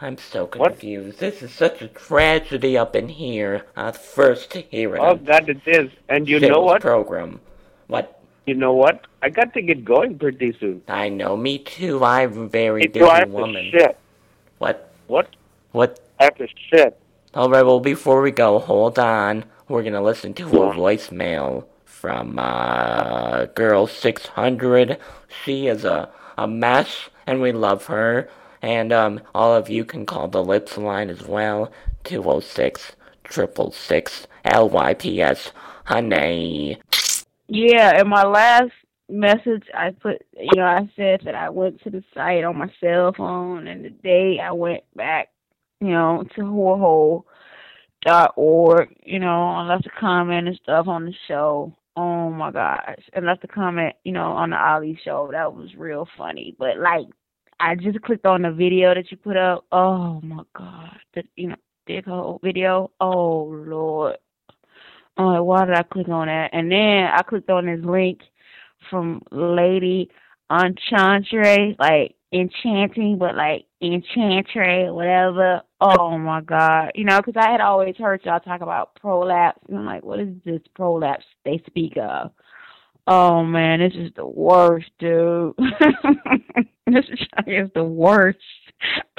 [SPEAKER 1] I'm so
[SPEAKER 4] What?
[SPEAKER 1] confused. This is such a tragedy up in here. I first hear it.
[SPEAKER 4] Oh, God, it is. And you know what?
[SPEAKER 1] Program. What?
[SPEAKER 4] You know what? I got to get going pretty soon.
[SPEAKER 1] I know. Me too. I'm a very
[SPEAKER 3] Hey,
[SPEAKER 1] busy
[SPEAKER 3] do I have
[SPEAKER 1] woman.
[SPEAKER 3] to shit?
[SPEAKER 1] What?
[SPEAKER 4] What?
[SPEAKER 1] What?
[SPEAKER 3] I have to shit.
[SPEAKER 1] All right, well, before we go, hold on. We're going to listen to a voicemail from uh, Girl 600. She is a, a mess, and we love her. And um, all of you can call the Lips line as well 206 666 LYPS. Honey.
[SPEAKER 5] Yeah, in my last message, I put, you know, I said that I went to the site on my cell phone, and the day I went back, you know, to whorehole dot org, you know, I left a comment and stuff on the show. Oh my gosh. And left a comment, you know, on the Ali show. That was real funny. But like I just clicked on the video that you put up. Oh my god. The you know, dick hole video. Oh Lord. I'm like, why did I click on that? And then I clicked on this link from Lady Enchantre, like enchanting, but like enchantre, whatever. Oh my God. You know, because I had always heard y'all talk about prolapse. And I'm like, what is this prolapse they speak of? Oh man, this is the worst, dude. <laughs> this is <laughs> the worst. <laughs>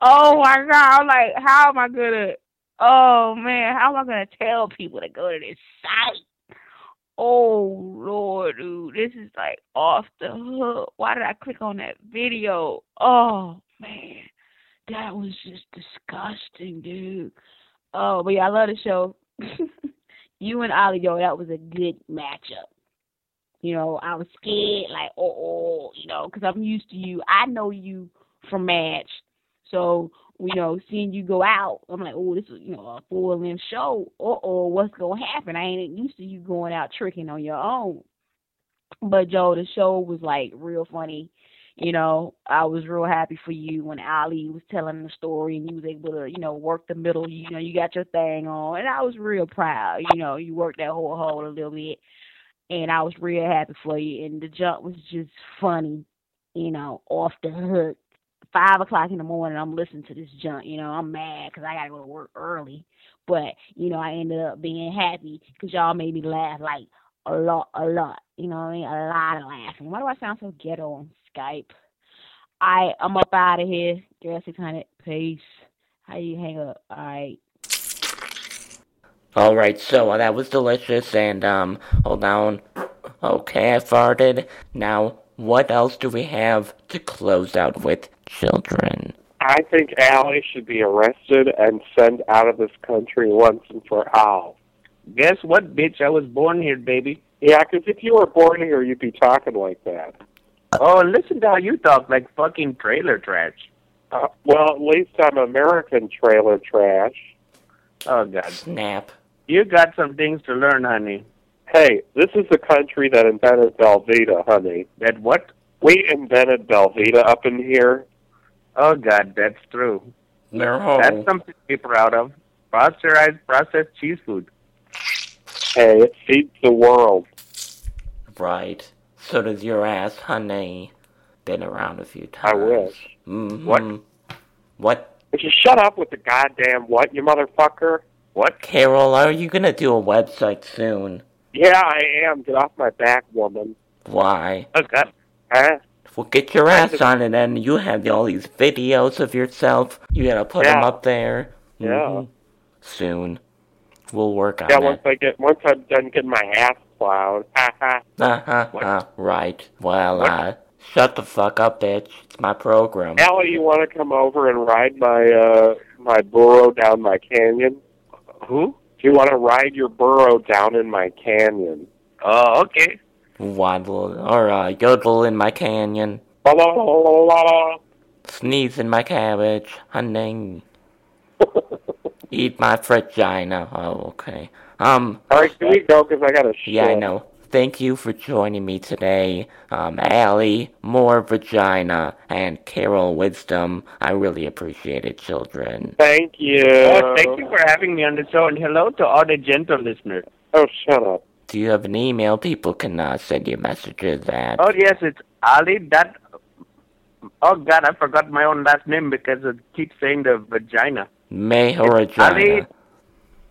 [SPEAKER 5] oh my God. I'm like, how am I going to? Oh man, how am I gonna tell people to go to this site? Oh lord, dude, this is like off the hook. Why did I click on that video? Oh man, that was just disgusting, dude. Oh, but yeah, I love the show. <laughs> you and Ollie, yo, that was a good matchup. You know, I was scared, like, oh, oh you know, because I'm used to you. I know you from Match, so you know, seeing you go out, I'm like, oh, this is you know a four limb show. Uh oh, what's gonna happen? I ain't used to you going out tricking on your own. But Joe, the show was like real funny. You know, I was real happy for you when Ali was telling the story and you was able to, you know, work the middle. You know, you got your thing on, and I was real proud. You know, you worked that whole hole a little bit, and I was real happy for you. And the jump was just funny. You know, off the hook five o'clock in the morning, I'm listening to this junk. You know, I'm mad 'cause I gotta go to work early, but you know, I ended up being happy 'cause y'all made me laugh like a lot, a lot. You know what I mean? A lot of laughing. Why do I sound so ghetto on Skype? I I'm up out of here. Girl 600, peace. How you hang up? All right.
[SPEAKER 1] All right, so uh, that was delicious, and um, hold on. Okay, I farted. Now, what else do we have to close out with, children?
[SPEAKER 3] I think Allie should be arrested and sent out of this country once and for all.
[SPEAKER 4] Guess what, bitch? I was born here, baby.
[SPEAKER 3] Yeah, 'cause if you were born here, you'd be talking like that.
[SPEAKER 4] Oh, listen to how you talk like fucking trailer trash.
[SPEAKER 3] Uh, well, at least I'm American trailer trash.
[SPEAKER 4] Oh, God.
[SPEAKER 1] Snap.
[SPEAKER 4] You got some things to learn, honey.
[SPEAKER 3] Hey, this is the country that invented Velveeta, honey.
[SPEAKER 4] That what?
[SPEAKER 3] We invented Velveeta up in here.
[SPEAKER 4] Oh God, that's true.
[SPEAKER 1] No.
[SPEAKER 4] That's something to be proud of. Pasteurized processed cheese food.
[SPEAKER 3] Hey, it feeds the world.
[SPEAKER 1] right. So does your ass, honey. Been around a few times.
[SPEAKER 3] I wish.
[SPEAKER 1] Mhm.
[SPEAKER 4] What?
[SPEAKER 1] What?
[SPEAKER 3] Would you shut up with the goddamn what, you motherfucker?
[SPEAKER 4] What?
[SPEAKER 1] Carol, are you gonna do a website soon?
[SPEAKER 3] Yeah, I am. Get off my back, woman.
[SPEAKER 1] Why?
[SPEAKER 4] Oh God.
[SPEAKER 3] Huh?
[SPEAKER 1] Well, get your ass on it, and you have all these videos of yourself. You gotta put them
[SPEAKER 3] Yeah.
[SPEAKER 1] up there.
[SPEAKER 3] Yeah.
[SPEAKER 1] Mhm. Soon. We'll work on
[SPEAKER 3] Yeah,
[SPEAKER 1] it.
[SPEAKER 3] once I get once I'm done getting my ass plowed. <laughs> Ha ha.
[SPEAKER 1] Uh huh.
[SPEAKER 4] What?
[SPEAKER 1] Uh, right. Well,
[SPEAKER 4] What?
[SPEAKER 1] uh, shut the fuck up, bitch. It's my program.
[SPEAKER 3] Allie, you wanna come over and ride my uh my burro down my canyon?
[SPEAKER 4] Who?
[SPEAKER 3] Do you wanna ride your burro down in my canyon?
[SPEAKER 4] Oh, okay.
[SPEAKER 1] Waddle or uh, yodel in my canyon.
[SPEAKER 3] La la la la la la.
[SPEAKER 1] Sneeze in my cabbage. Honey. Eat my vagina. Oh, okay. Um,
[SPEAKER 3] <laughs> All right, can we go? Because I got a shit.
[SPEAKER 1] yeah, I know. Thank you for joining me today. Um, Allie, more vagina, and Carol Wisdom. I really appreciate it, children.
[SPEAKER 3] Thank you.
[SPEAKER 4] Oh, thank you for having me on the show, and hello to all the gentle listeners.
[SPEAKER 3] Oh, shut up.
[SPEAKER 1] Do you have an email people can uh, send you messages at?
[SPEAKER 4] Oh yes, it's Ali. That. Oh God, I forgot my own last name because I keep saying the vagina.
[SPEAKER 1] Mehoragina.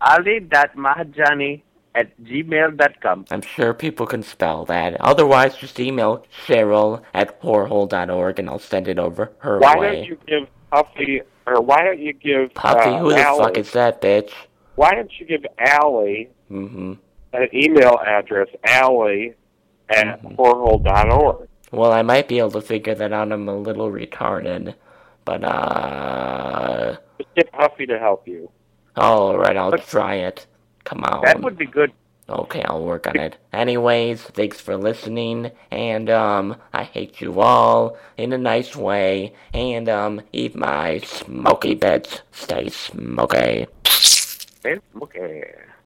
[SPEAKER 4] Ali- Ali. Dot Mahajani at gmail. Dot com.
[SPEAKER 1] I'm sure people can spell that. Otherwise, just email Cheryl at whorehole.org and I'll send it over her
[SPEAKER 3] Why
[SPEAKER 1] way.
[SPEAKER 3] don't you give Puffy, or why don't you give
[SPEAKER 1] Puffy,
[SPEAKER 3] uh,
[SPEAKER 1] who the
[SPEAKER 3] Allie,
[SPEAKER 1] fuck is that bitch?
[SPEAKER 3] Why don't you give Allie
[SPEAKER 1] hmm
[SPEAKER 3] an email address, Allie at
[SPEAKER 1] Mhm.
[SPEAKER 3] dot org.
[SPEAKER 1] Well, I might be able to figure that out. I'm a little retarded. But, uh.
[SPEAKER 3] Just get Puffy to help you.
[SPEAKER 1] Alright, I'll
[SPEAKER 4] Okay.
[SPEAKER 1] try it. Come on.
[SPEAKER 4] That would be good.
[SPEAKER 1] Okay, I'll work on it. Anyways, thanks for listening, and, um, I hate you all in a nice way, and, um, eat my smoky bits. Stay smoky.
[SPEAKER 4] Eh, Okay.